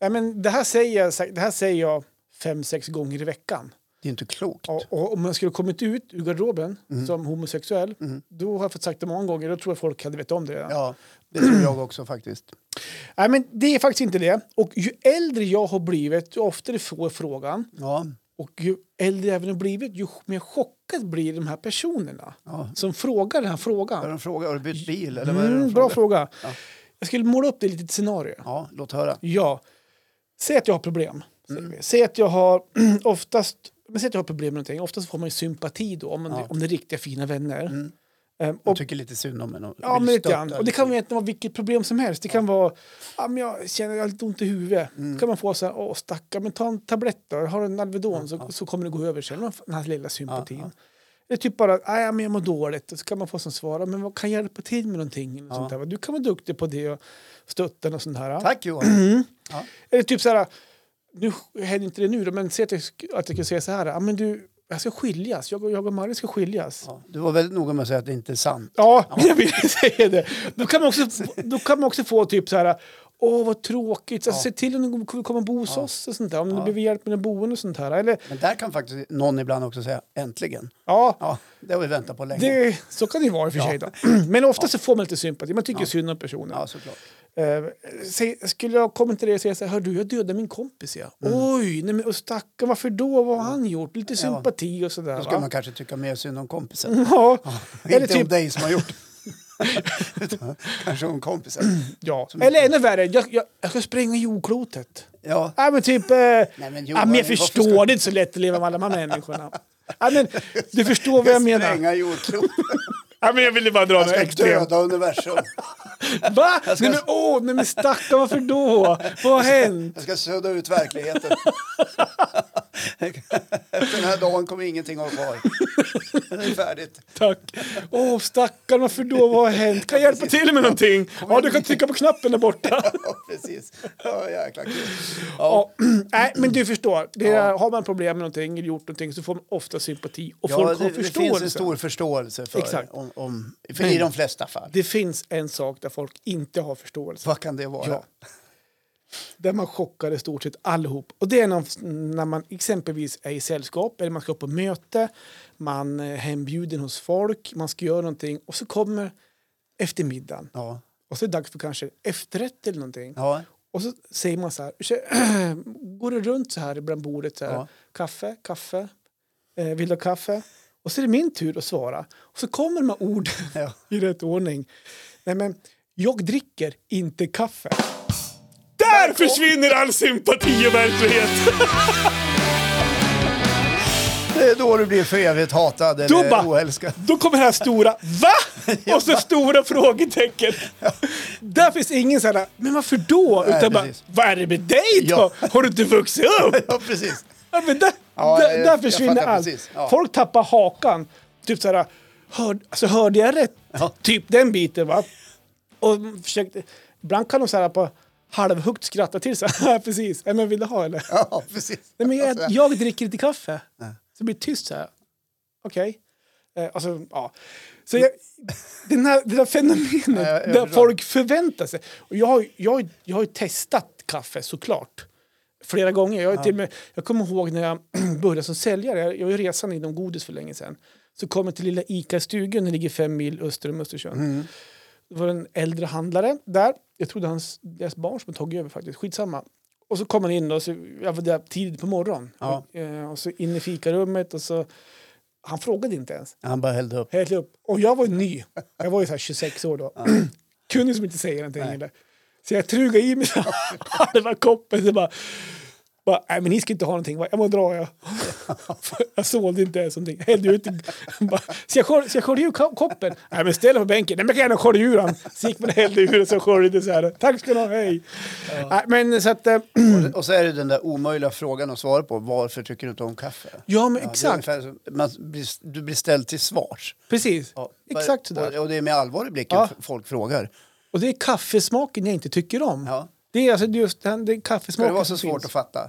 A: Nej, men det här säger jag, säk- det här säger jag fem, sex gånger i veckan.
B: Det är inte klokt.
A: Och, och om man skulle kommit ut ur garderoben
B: Mm.
A: som homosexuell, då har jag fått sagt det många gånger, då tror jag folk hade vetat om det redan.
B: Ja, det tror jag också faktiskt.
A: Nej, men det är faktiskt inte det. Och ju äldre jag har blivit, ju oftare får jag frågan,
B: Ja,
A: och ju äldre jag även har blivit, ju mer chockad blir de här personerna
B: ja.
A: som frågar den här
B: Vad är
A: frågan.
B: de frågar? Har du bytt bil? Eller vad är det de
A: Mm, bra
B: frågar?
A: fråga.
B: Ja.
A: Jag skulle måla upp det i ett litet scenario.
B: Ja, låt höra.
A: Ja. Säg att jag har problem. säger
B: Mm.
A: vi. Säg att jag har oftast men säg att jag har problem med någonting. Oftast får man ju sympati då om, man,
B: Ja.
A: om det är riktiga fina vänner.
B: Mm.
A: Ehm,
B: Jag
A: och,
B: tycker lite synd om henne. och
A: ja,
B: vill
A: men lite
B: stötta liksom.
A: grann. Och det kan ju egentligen vara vilket problem som helst. Det kan vara, ja, men jag känner jag har lite ont i huvudet.
B: Mm.
A: Då kan man få så här, åh stackar, men ta en tablett då. Har du en Alvedon så, så kommer det gå över sen. Man får Den här lilla sympatin. Det är typ bara, nej men jag mår dåligt. Och så kan man få som svar, men vad kan jag hjälpa till med någonting? Eller sånt där. va? Du kan vara duktig på det och stötta och sånt här.
B: Tack Johan.
A: Mm. Eller typ så här, nu händer inte det nu då, men se att jag, sk- att jag skulle säga så här, ja men du, jag ska skiljas, jag och, jag och Marie ska skiljas. Ja.
B: Ja, du var väldigt noga med att säga att det inte är sant.
A: jag vill säga det. Då kan man också, då kan man också få typ så här, åh vad tråkigt, alltså, se till om du kommer komma och bo hos oss och sånt där, om du behöver hjälp med den boende och sånt här. Eller,
B: Men där kan faktiskt någon ibland också säga äntligen.
A: ja,
B: Ja, det har vi väntat på länge.
A: det, så kan det ju vara i och för
B: Ja.
A: sig. Då. Men ofta så får man lite sympati, man tycker synd om personen.
B: Ja, såklart.
A: Eh, säg- skulle jag komma till dig och säga så här, hör du, jag dödade min kompis. Ja.
B: Mm.
A: Oj, nej, men och stackarn, varför då? Vad har han gjort? Lite sympati och sådär.
B: Då skulle
A: va?
B: man kanske tycka mer synd om kompisen.
A: Ja, Mm. eller
B: Inte om
A: typ,
B: dig som har gjort det. Utan kanske om kompisen.
A: ja. Eller ännu värre, jag, jag, jag ska spränga jordklotet.
B: Ja,
A: Nej men typ, eh, nej,
B: men
A: men,
B: Johan,
A: jag
B: varför
A: förstår
B: ska-
A: det är inte så lätt att leva med alla de här människorna. Nej, men, du förstår vad jag menar.
B: spränga jordklotet.
A: Nej, men jag ville bara dra något
B: Jag ska
A: extremt.
B: döda universum.
A: Va?
B: ska-
A: Nej men åh, nej men stackarn varför då? Vad har hänt?
B: Jag ska sudda ut verkligheten. Efter den här dagen kommer ingenting att vara kvar. Det är färdigt.
A: Tack. Åh stackarn varför då? Vad har hänt? Kan jag hjälpa till med någonting? Ja, du kan trycka på knappen där borta.
B: Ja, precis. Ja, jäkla kul.
A: Ja. Nej, men du förstår. Det är, Har man problem med någonting, eller gjort någonting, så får man ofta sympati och
B: Ja,
A: folk har
B: det, det finns en
A: förståelse.
B: stor förståelse för,
A: Exakt.
B: Om, om, för i de flesta fall.
A: Det finns en sak där folk inte har förståelse.
B: Vad kan det vara?
A: Ja. Där man chockar i stort sett allihop. Och det är när, när man exempelvis är i sällskap eller man ska på möte, man är hembjuden hos folk, man ska göra någonting och så kommer eftermiddagen.
B: Ja.
A: Och så är det dags för kanske efterrätt eller någonting.
B: ja.
A: Och så säger man så här, "Ursäk- går du runt så här bland bordet så här,
B: Ja.
A: kaffe, kaffe, eh, vill du ha kaffe? Och så är det min tur att svara. Och så kommer de här orden
B: Ja.
A: i rätt ordning. Nej, men jag dricker inte kaffe. Där försvinner all sympati och verklighet!
B: Det är då du blir för evigt hatad
A: Då,
B: eller
A: bara,
B: oälskad.
A: då kommer det här stora VA? Och så stora frågetecken. Där finns ingen så här, men varför då?
B: Nej,
A: Utan bara,
B: precis.
A: vad är det med dig då? Har du inte vuxit upp?
B: Ja, precis.
A: Ja, men där,
B: Ja,
A: där,
B: jag-
A: där
B: jag
A: försvinner
B: fattar
A: allt.
B: precis. Ja.
A: Folk tappar hakan. Typ så här, hör, alltså, hörde jag rätt?
B: Ja.
A: Typ den biten va? Och försökte, ibland kan de så här på halvhögt skratta till så här, precis. Nej, men vill du ha eller?
B: Ja, precis.
A: Nej, men jag, jag dricker inte kaffe. Så det blir tyst så här. Okej. Eh, alltså, ja. Så jag, den här, det där fenomenet
B: jag
A: där
B: förstår.
A: folk förväntar sig. Och jag, har ju- jag, har ju- jag har ju testat kaffe såklart. Flera gånger. Jag, har ju till och med, jag kommer ihåg när jag började som säljare. Jag jag var ju resan inom godis för länge sedan. Så kom jag till lilla ICA-stugan, det ligger fem mil öster om Östersund.
B: Mm.
A: Det var en äldre handlare där. Jag trodde hans, deras barn som hade tagit över faktiskt. Skitsamma. Och så kom han in och så, jag var där tidigt på morgonen.
B: Ja.
A: Eh, och så in i fikarummet och så, han frågade inte ens.
B: Han bara hällde upp.
A: Helt upp. Och jag var ju ny. Jag var ju så här 26 år då. Kunde som inte säga någonting. Eller. Så jag trugade i mig så här halva koppen. Så bara, bara, nej men ni ska inte ha någonting. Jag bara, drar jag. För jag sålde inte ens någonting. Jag Hällde ut det. bara, Så jag skölj- så jag sköljde ur ko- koppen. Nej men ställ den på bänken. Nej men jag kan gärna skölja ur den. Så gick man och hällde ur och så sköljde det så här. Tack ska du ha, hej. Nej, men så att, eh,
B: Och så är det den där omöjliga frågan att svara på. Varför tycker du inte om kaffe?
A: ja men
B: Ja, det är
A: exakt.
B: ungefär som- man blir, du blir ställd till svars.
A: Precis.
B: Ja,
A: Exakt sådär.
B: Och, och det är med allvar i blicken
A: Ja.
B: f- folk frågar.
A: Och det är kaffesmaken jag inte tycker om.
B: Ja.
A: Det är alltså just den, den
B: Ska
A: kaffesmaken
B: det vara så
A: som
B: svårt
A: finns.
B: att fatta?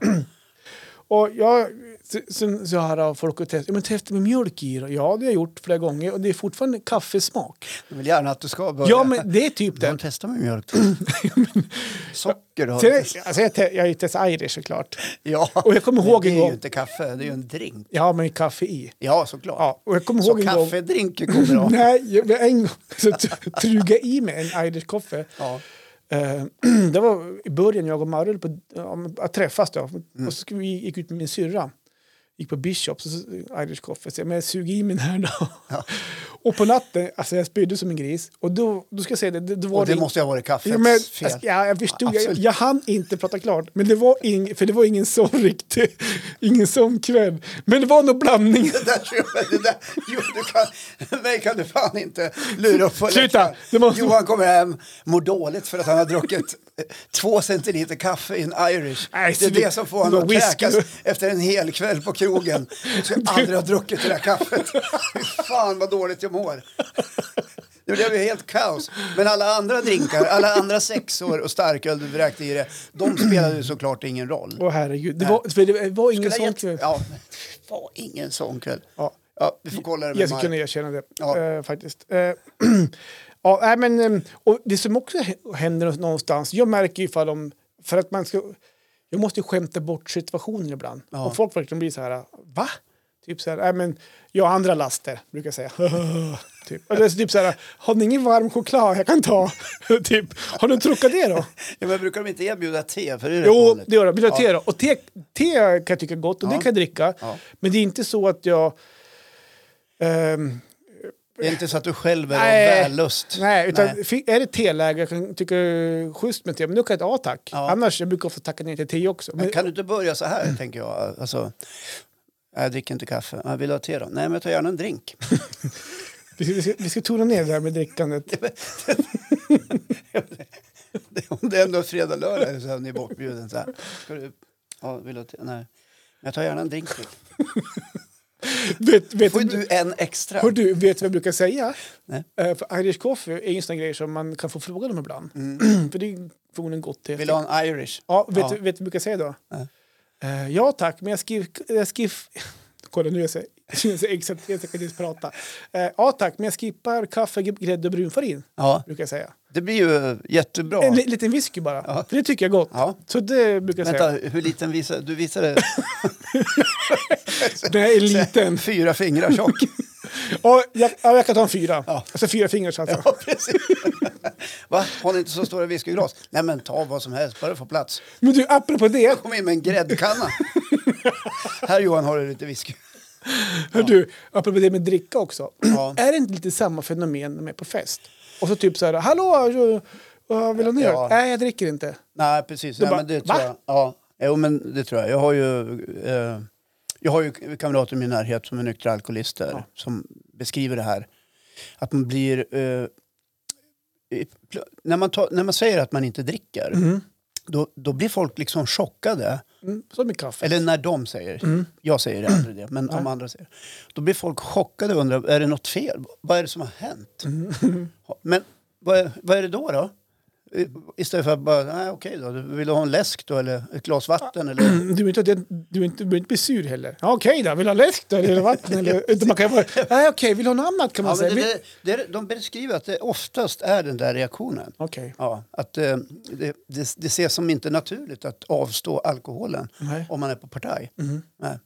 A: Och jag, så, så, så här har folk och testat, ja, men testa med mjölk i då. Ja, det har jag gjort flera gånger och det är fortfarande kaffesmak.
B: De vill gärna att du ska börja.
A: Ja, men det är typ
B: De
A: den.
B: testar med mjölk. Socker har
A: Sen,
B: du.
A: är- alltså, jag, te- jag har ju testat Irish såklart.
B: Ja,
A: Och jag kommer ihåg
B: det
A: en
B: är ju
A: gång,
B: inte kaffe, det är ju en drink.
A: ja men kaffe i.
B: Ja, såklart.
A: Ja, och jag kommer
B: Så
A: ihåg en gång,
B: kaffedrinker kommer av.
A: nej, jag, en gång så t- truga i mig en Irish kaffe.
B: Ja.
A: Eh, det var i början jag och Marre höll på ja, men att träffas då.
B: Mm.
A: Och så skulle vi, gick ut med min syrra. Gick på Bishops, och så, Irish coffee. Så jag, men jag suger i min här då. och på natten, alltså jag spydde som en gris. Och då, då ska jag säga det, det, då var
B: Och det
A: in-
B: måste ju ha varit kaffets
A: Ja, men,
B: fel.
A: alltså, ja, jag förstod, jag,
B: Absolut.
A: jag hann inte prata klart. Men det var, ing, för det var ingen sån riktig, ingen sån kväll. Men det var nog blandningen.
B: Det där, tror jag- det där, jo, du kan, mig kan du fan inte lura upp på
A: Sluta!
B: läktaren.
A: Det måste-
B: Johan kommer hem, mår dåligt för att han har druckit två centiliter kaffe i en Irish.
A: Nej,
B: det är
A: sluta.
B: det som får
A: Det
B: honom
A: var
B: att
A: whisky.
B: kräkas efter en hel kväll på krogen. Jag ska aldrig ha druckit det där kaffet. Fy fan vad dåligt jag mår. Det blev ju helt kaos. Men alla andra drinkar, alla andra sexor och starköl du vräkte i det, de spelade ju såklart ingen roll.
A: Åh herregud, det var, för det var ingen
B: Skulle ha
A: sån kväll.
B: gett- Ja, det var ingen sån kväll.
A: Ja.
B: Ja, vi får kolla det med
A: Jag skulle
B: Mark.
A: kunna erkänna det,
B: Ja.
A: eh, faktiskt. Eh, ja, nej, men, eh, och det som också hä- händer någonstans, jag märker ju ifall om... För att man ska, jag måste ju skämta bort situationer ibland.
B: Ja.
A: Och folk verkligen blir så här, va? Typ så här, nej men, jag har andra laster, brukar jag säga. typ. Eller så typ så här, har ni ingen varm choklad jag kan ta? typ, har du en Trocadero? då?
B: Ja, men brukar de inte erbjuda te? För det är rätt
A: Jo,
B: vanligt.
A: det gör jag. Vill du ha te då? Och te, te kan jag tycka är gott och det
B: Ja.
A: kan jag dricka.
B: Ja.
A: Men det är inte så att jag... ehm,
B: Det är inte så att du själv är
A: Nej.
B: av vällust.
A: Nej, utan
B: Nej.
A: fi- är det teläge, jag kan tycka eh, schysst med te, men då kan jag ta ja, tack.
B: Ja.
A: Annars, jag brukar ofta tacka nej till te också. Men,
B: Men kan du inte börja så här, tänker jag. Alltså, nej, jag dricker inte kaffe. Jag vill du ha te då? Nej, men jag tar gärna en drink.
A: vi, ska- vi, ska, vi ska tona ner det här med drickandet.
B: Om det ändå är fredag, lördag så är ni bortbjuden. Så här. Ska du, ja, vill du ha te? Nej. Men jag tar gärna en drink till.
A: vet, vet,
B: Får
A: du,
B: du en extra?
A: hör du, vet du vad jag brukar säga?
B: Nej.
A: Eh, för Irish coffee är ju en sån här grej som man kan få frågan om ibland. för det är ju förmodligen gott te.
B: Mm. Vill du ha en Irish?
A: Ja, vet,
B: Ja.
A: Du, vet du vad jag brukar säga då?
B: Nej.
A: Eh, ja tack, men jag skriver... Jag skriv, kolla nu, jag säger jag säger exakt, jag ska inte prata. Eh, ja tack, men jag skippar kaffe, grädde och brunfarin,
B: Ja,
A: brukar jag säga.
B: det blir ju jättebra.
A: En li- liten whisky bara,
B: Ja.
A: för det tycker jag är gott.
B: Ja.
A: Så det brukar jag
B: Vänta,
A: säga.
B: hur liten visar du? visade
A: Det är liten.
B: fyra fingrar tjock.
A: Och jag, ja, jag kan ta en fyra.
B: Ja.
A: Alltså fyra fingrar alltså.
B: Ja, precis. Va? Har ni inte så stora whiskyglas? Nej, men ta vad som helst, bara du får plats.
A: Men du, apropå det.
B: Kom in med en gräddkanna. här Johan har du lite whisky.
A: Hör du, apropå det med dricka också.
B: Ja.
A: Är det inte lite samma fenomen när man är på fest? Och så typ så här, hallå, jag- vad vill du ha
B: Ja.
A: ja. Nej, jag dricker inte.
B: Nej, precis.
A: Då
B: Nej,
A: bara,
B: men det
A: "Va?"
B: tror jag. Ja. Jo, men det tror jag. Jag har ju, eh, jag har ju kamrater i min närhet som är nyktra alkoholister som beskriver det här. Att man blir... Eh, i- pl- när, man tar, när man säger att man inte dricker, då, då blir folk liksom chockade.
A: Mm, som med kaffe.
B: Eller när de säger, jag säger det aldrig det, men om andra säger det. Då blir folk chockade och undrar, är det något fel? Vad är det som har hänt? Ha- Men vad är, vad är det då då? I- Istället för att bara, nej okej då, du vill du ha en läsk då eller ett glas vatten eller?
A: Mm, Du behöver inte, du behöver inte, du behöver inte bli sur heller. Ja, okej då, vill du ha läsk då? Eller vatten? Eller, utan man kan bara, nej okej, vill du ha något annat kan man
B: Ja,
A: säga.
B: men det,
A: Vill-
B: det, det, de beskriver att det oftast är den där reaktionen.
A: Okej.
B: Ja, att eh, det, det, det ses som inte naturligt att avstå alkoholen
A: Nej.
B: om man är på partaj. Nej.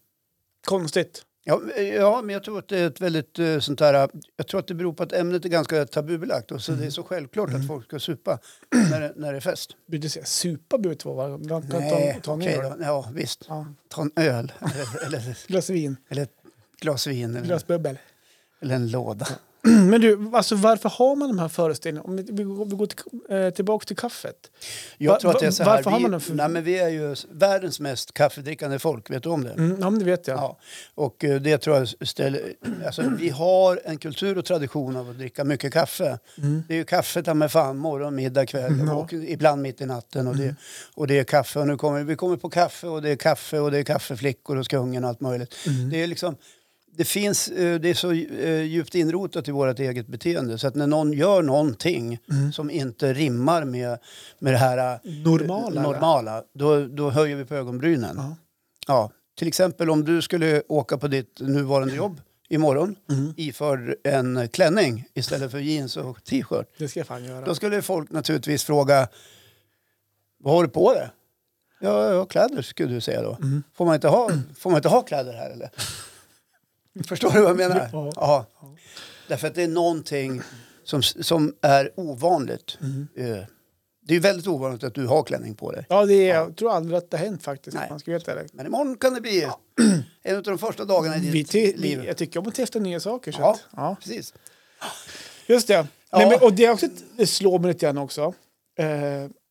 A: Konstigt.
B: Ja, eh, ja, men jag tror att det är ett väldigt eh, sånt där... eh, Jag tror att det beror på att ämnet är ganska tabubelagt och så
A: Mm.
B: det är så självklart att folk ska supa när, det- när det är fest.
A: Behöver du säga supa behöver inte vara. Man kan
B: Nej,
A: ta, ta en
B: okej
A: öl.
B: då. Ja, visst.
A: Ja.
B: Ta en öl eller, eller,
A: Glas vin,
B: eller ett glas vin eller,
A: glas bubbel.
B: eller en låda.
A: Men du, alltså varför har man de här föreställningarna? Om vi, vi går, vi går till, eh, tillbaka till kaffet.
B: Jag
A: Va-
B: tror att det är
A: va-
B: så här.
A: varför har
B: vi,
A: man den för-
B: nej, men vi är ju s- världens mest kaffedrickande folk, vet du om det?
A: Mm, ja, men det vet jag.
B: Ja, och eh, det tror jag ställer... Alltså, vi har en kultur och tradition av att dricka mycket kaffe.
A: Mm.
B: Det är ju kaffe ta med fan morgon, middag, kväll och ibland mitt i natten. Och det, och det är kaffe och nu kommer vi kommer på kaffe och det är kaffe och det är kaffeflickor och skungen och allt möjligt. Det är liksom... Det, finns, eh, det är så eh, djupt inrotat i vårt eget beteende så att när någon gör någonting som inte rimmar med, med det här eh,
A: Normala,
B: normala då, då höjer vi på ögonbrynen.
A: Ja.
B: Ja, till exempel om du skulle åka på ditt nuvarande jobb imorgon
A: Mm.
B: iförd en klänning istället för jeans och t-shirt.
A: Det ska jag fan göra.
B: Då skulle folk naturligtvis fråga vad har du på dig? Ja, jag har kläder skulle du säga då.
A: Mm.
B: Får, man inte ha, får man inte ha kläder här eller? Förstår du vad jag menar?
A: Ja.
B: Ja. Därför att det är någonting som, som är ovanligt.
A: Mm.
B: Eh, Det är ju väldigt ovanligt att du har klänning på dig.
A: Ja, det är, jag tror aldrig att det har hänt faktiskt.
B: Nej.
A: Man ska veta det.
B: Men imorgon kan det bli en av de första dagarna i ditt
A: Vi ty-
B: liv.
A: vi, jag tycker om att testa nya saker. Så
B: Ja.
A: att, ja.
B: Precis.
A: Just det.
B: Ja.
A: Nej, men, och det, är också, ett- det slår mig lite grann också. Eh,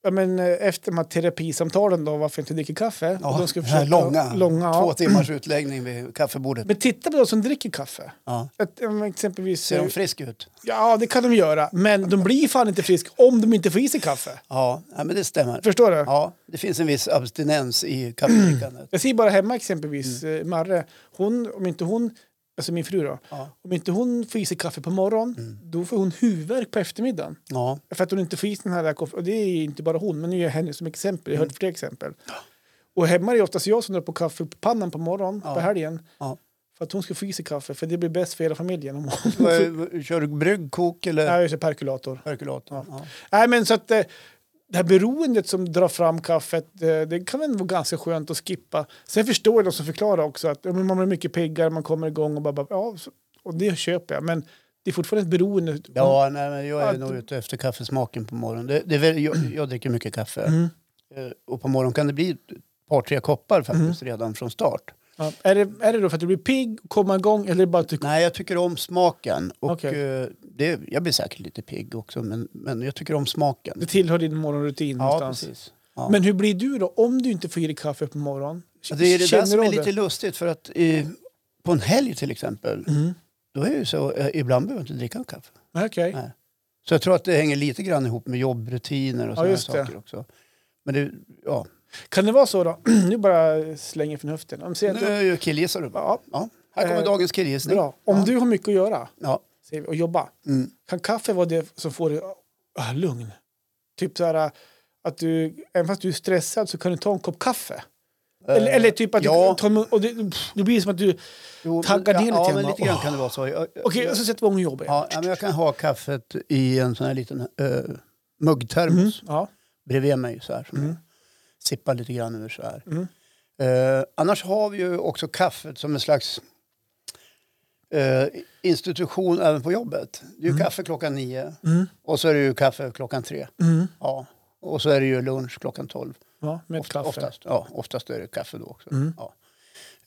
A: ja, men, eh, efter de här terapisamtalen då, varför jag inte dricker kaffe.
B: Ja,
A: och de ska
B: den här
A: försöka,
B: långa,
A: långa ja.
B: två timmars utläggning vid kaffebordet.
A: Men titta på de som dricker kaffe.
B: Ja.
A: Att, eh, exempelvis,
B: Ser de friska ut?
A: ja, det kan de göra. Men de blir fan inte friska om de inte får i sig kaffe.
B: Ja, ja men det stämmer.
A: Förstår du?
B: Ja, det finns en viss abstinens i kaffedrickandet.
A: Jag ser bara hemma exempelvis,
B: Mm.
A: eh, Marre, hon, om inte hon, alltså min fru då,
B: Ja.
A: om inte hon får i sig kaffe på morgonen,
B: Mm.
A: då får hon huvudvärk på eftermiddagen.
B: Ja.
A: För att hon inte får i sig den här där koff- Och det är ju inte bara hon, men nu är jag henne som exempel. Jag
B: Mm.
A: har hört fler exempel. Och hemma är det oftast jag som drar på kaffe på pannan på morgonen, på helgen.
B: Ja.
A: För att hon ska få i sig kaffe, för det blir bäst för hela familjen. Om hon...
B: Vad är- Kör du brygg, kok
A: Jag
B: eller
A: är så perkulator.
B: perkulator? Ja.
A: Nej, men så att eh, det här beroendet som drar fram kaffet, eh, det kan väl vara ganska skönt att skippa. Sen förstår jag de som förklarar också att ja, men man blir mycket piggare, man kommer igång och bara, bara ja, så- och det köper jag. Men det är fortfarande ett beroende.
B: Ja, nej, men jag är
A: Att-
B: nog ute efter kaffesmaken på morgonen. Det, det är väl, jag, jag dricker mycket kaffe.
A: Mm.
B: Eh, Och på morgonen kan det bli ett par, tre koppar faktiskt
A: Mm.
B: redan från start.
A: Ja. Är, det, är det då för att du blir pigg, kommer igång eller är det bara att du...
B: Nej, jag tycker om smaken. Och
A: Okej.
B: eh, det, jag blir säkert lite pigg också, men, men jag tycker om smaken.
A: Det tillhör din morgonrutin
B: Ja,
A: någonstans.
B: precis. Ja.
A: Men hur blir du då om du inte får i dig kaffe på morgonen?
B: Ja, det är det där
A: Känner
B: som
A: du
B: är
A: av
B: lite lustigt för att eh, på en helg till exempel, då är det ju så, eh, ibland behöver jag inte dricka en kaffe.
A: Mm. Nej, Okej.
B: Nej. Så jag tror att det hänger lite grann ihop med jobbrutiner och sådana
A: just det.
B: saker också. Men det, ja.
A: Kan det vara så då? nu bara slänger jag från höften. Om, säger att du,
B: Nu killgissar du. bara.
A: ja,
B: Ja. Här kommer
A: Eh,
B: dagens killgissning.
A: bra. Om du har mycket att göra
B: Ja.
A: säger vi, och jobba,
B: Mm.
A: kan kaffe vara det som får dig ah, lugn? Typ så här att du, även fast du är stressad så kan du ta en kopp kaffe. Eller,
B: Eh,
A: eller typ att
B: ja.
A: du tar mun- och det, pff, det blir som att du,
B: Jo,
A: taggar ner
B: ja,
A: lite
B: Ja,
A: grann,
B: men
A: va?
B: lite grann
A: Åh.
B: kan det vara så. Jag- jag-
A: okej,
B: jag-
A: och så sätter vi igång och jobbar.
B: Ja, ja, men jag kan ha kaffet i en sån här liten eh, muggtermos
A: Mm. Ja.
B: bredvid mig så här. Som jag sippar lite grann ur så här.
A: Mm.
B: Eh, annars har vi ju också kaffet som en slags eh, institution även på jobbet. Det är ju kaffe klockan nio
A: Mm.
B: och så är det ju kaffe klockan tre.
A: Mm.
B: Ja. Och så är det ju lunch klockan tolv.
A: ja, med ett
B: Ofta,
A: kaffe. Mm.
B: oftast, ja, oftast är det kaffe då också. Ja.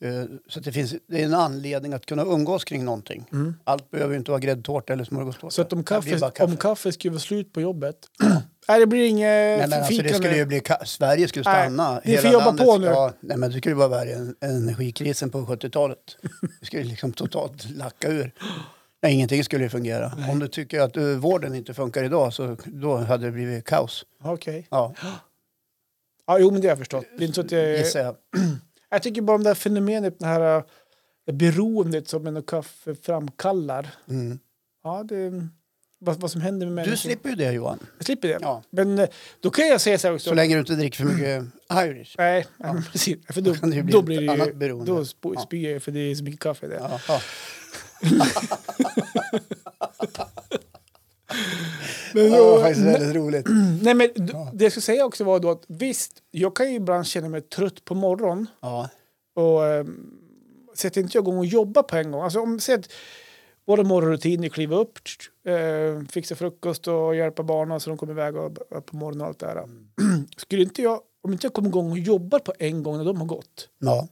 B: Eh, Så att det finns det är en anledning att kunna umgås kring någonting. Allt behöver ju inte vara gräddtårta eller smörgåstårta.
A: Mm. Så att om
B: Det blir
A: kaffe,
B: bara
A: om kaffe skulle vara slut på jobbet. nej, det blir inget
B: Nej, men alltså,
A: fika
B: det skulle
A: nu.
B: ju bli, ka- Sverige skulle
A: Nej,
B: stanna.
A: vi får jobba
B: landet
A: på nu.
B: ska- nej, men det skulle ju bara vara en, energikrisen på 70-talet. Det skulle ju liksom totalt lacka ur. Nej, ingenting skulle ju fungera. Om du tycker att uh, vården inte funkar idag så då hade det blivit kaos.
A: Okej.
B: Ja,
A: Ja, jo, men det har jag förstått. Det är inte så att jag,
B: gissar jag.
A: jag tycker bara om det här fenomenet, det här eh, det beroendet som en kaffe framkallar.
B: Mm.
A: Ja, det, mm, vad, vad som händer med människor.
B: Du slipper ju det Johan.
A: jag slipper det.
B: Ja.
A: Men eh, då kan jag säga så här också.
B: Så länge du inte dricker för mycket Irish.
A: Nej, ja. precis. För då,
B: Då kan det ju bli
A: då
B: ett
A: blir det
B: annat
A: ju...
B: beroende.
A: Då sp-
B: Ja.
A: spyr jag för det är så mycket kaffe i det.
B: Ja, ja.
A: Men
B: Det var
A: då-
B: faktiskt väldigt roligt.
A: Nej, men d- det jag skulle säga också var då att visst, jag kan ju ibland känna mig trött på morgonen.
B: Ja.
A: Och eh, sätter inte jag igång och jobbar på en gång. Alltså om sätt våra morgonrutiner, kliva upp, tsch, tsch, eh, fixa frukost och hjälpa barnen så de kommer iväg och, och på morgonen och allt det där. Skulle inte jag, om inte jag kommer igång och jobbar på en gång när de har gått,
B: Ja.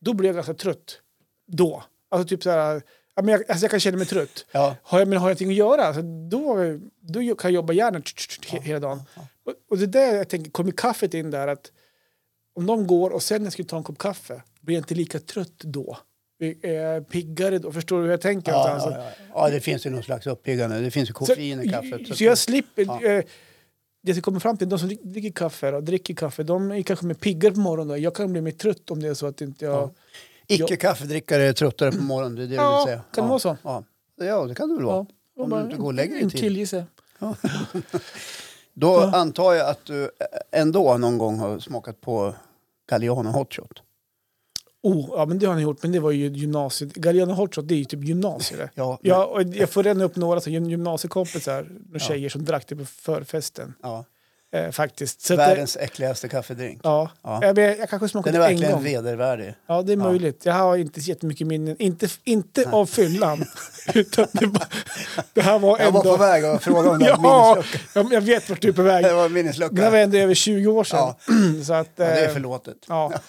A: då blir jag ganska trött. Då. Alltså typ så här, ja, men jag, alltså jag kan känna mig trött.
B: Ja.
A: Har jag, men har jag ingenting att göra, alltså, då, då kan jag jobba hjärnan tsch, tsch, tsch, he- hela dagen. Och, och det där jag tänker, kommer kaffet in där att om de går och sen när jag skulle ta en kopp kaffe, blir jag inte lika trött då? Vi är piggare då, förstår du hur jag tänker?
B: Ja,
A: alltså?
B: ja, ja. ja, det finns ju någon slags uppiggande. Det finns ju koffein i kaffet.
A: Så,
B: att-
A: så jag slipper...
B: Ja.
A: Eh, det jag kommer fram till, de som dricker kaffe och dricker kaffe, de är kanske mer piggare på morgonen. då. Jag kan bli mer trött om det är så att inte jag...
B: Icke kaffedrickare är tröttare på morgonen, det är det du
A: Ja,
B: vill säga?
A: kan det
B: ja.
A: vara så?
B: Ja. ja, det kan det väl vara.
A: Ja.
B: Om du inte går och lägger dig
A: en
B: i tid.
A: killgissning.
B: Då antar jag att du ändå någon gång har smakat på Galliano Hot Shot.
A: Oh, ja, men det har ni gjort, men det var ju gymnasiet. Galliano Hot Shot, det är ju typ gymnasiet. det.
B: Ja,
A: Ja, och jag får ränna upp några så gym- gymnasiekompisar, några tjejer som drack det på förfesten.
B: ja.
A: Eh, faktiskt. Så att, det-
B: Världens äckligaste kaffedrink.
A: ja.
B: Ja.
A: Jag, men, jag kanske
B: Den
A: smakade
B: är
A: en
B: verkligen
A: gång.
B: vedervärdig.
A: Ja, det är
B: Ja.
A: möjligt. Jag har inte så jättemycket minnen. Inte, inte av fyllan. utan det, var, det här var
B: Jag
A: ändå...
B: var på väg att fråga om den här
A: ja,
B: minnesluckan.
A: jag, jag vet vart du är på väg.
B: Det var en
A: Det här var
B: minneslucka.
A: ändå över 20 år sedan. så att,
B: Ja, det är
A: eh,
B: förlåtet.
A: Ja.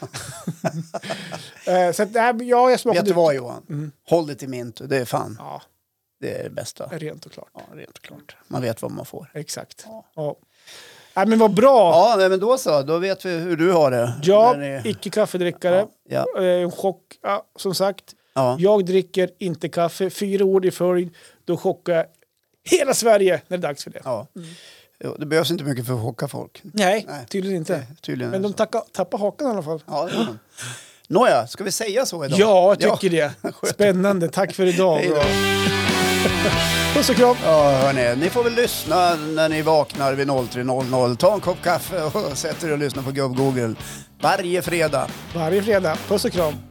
A: Eh, så att, nej, men ja, Mm. jag
B: Vet
A: smakade...
B: du vad Johan? Håll dig till mint, det är fan.
A: Ja,
B: Det är det bästa.
A: rent och klart.
B: Ja, rent klart. Man vet vad man får.
A: Exakt. Ja.
B: Ja.
A: Nej, men vad bra!
B: Ja, nej, men då så. Då vet vi hur du har det.
A: Jag,
B: När ni-
A: icke kaffedrickare.
B: Ja.
A: Eh, En chock, ja, som sagt.
B: Ja.
A: Jag dricker inte kaffe. Fyra år i följd. Då chockar jag hela Sverige när det är dags för det.
B: Ja. Jo, Det behövs inte mycket för att chocka folk.
A: Mm. Nej,
B: Nej.
A: tydligen inte.
B: Tydligen är
A: Men
B: det
A: de
B: så.
A: tackar, tappar hakan i alla fall.
B: Ja, det gör de. Nåja, ska vi säga så idag?
A: Ja, jag tycker det.
B: Skönt.
A: Spännande. Tack för idag.
B: Hej då.
A: Puss och kram.
B: Ja, hörni, ni får väl lyssna när ni vaknar vid 03.00. Ta en kopp kaffe och sätt er och lyssna på Gubb-Google varje fredag.
A: Varje fredag. Puss och kram.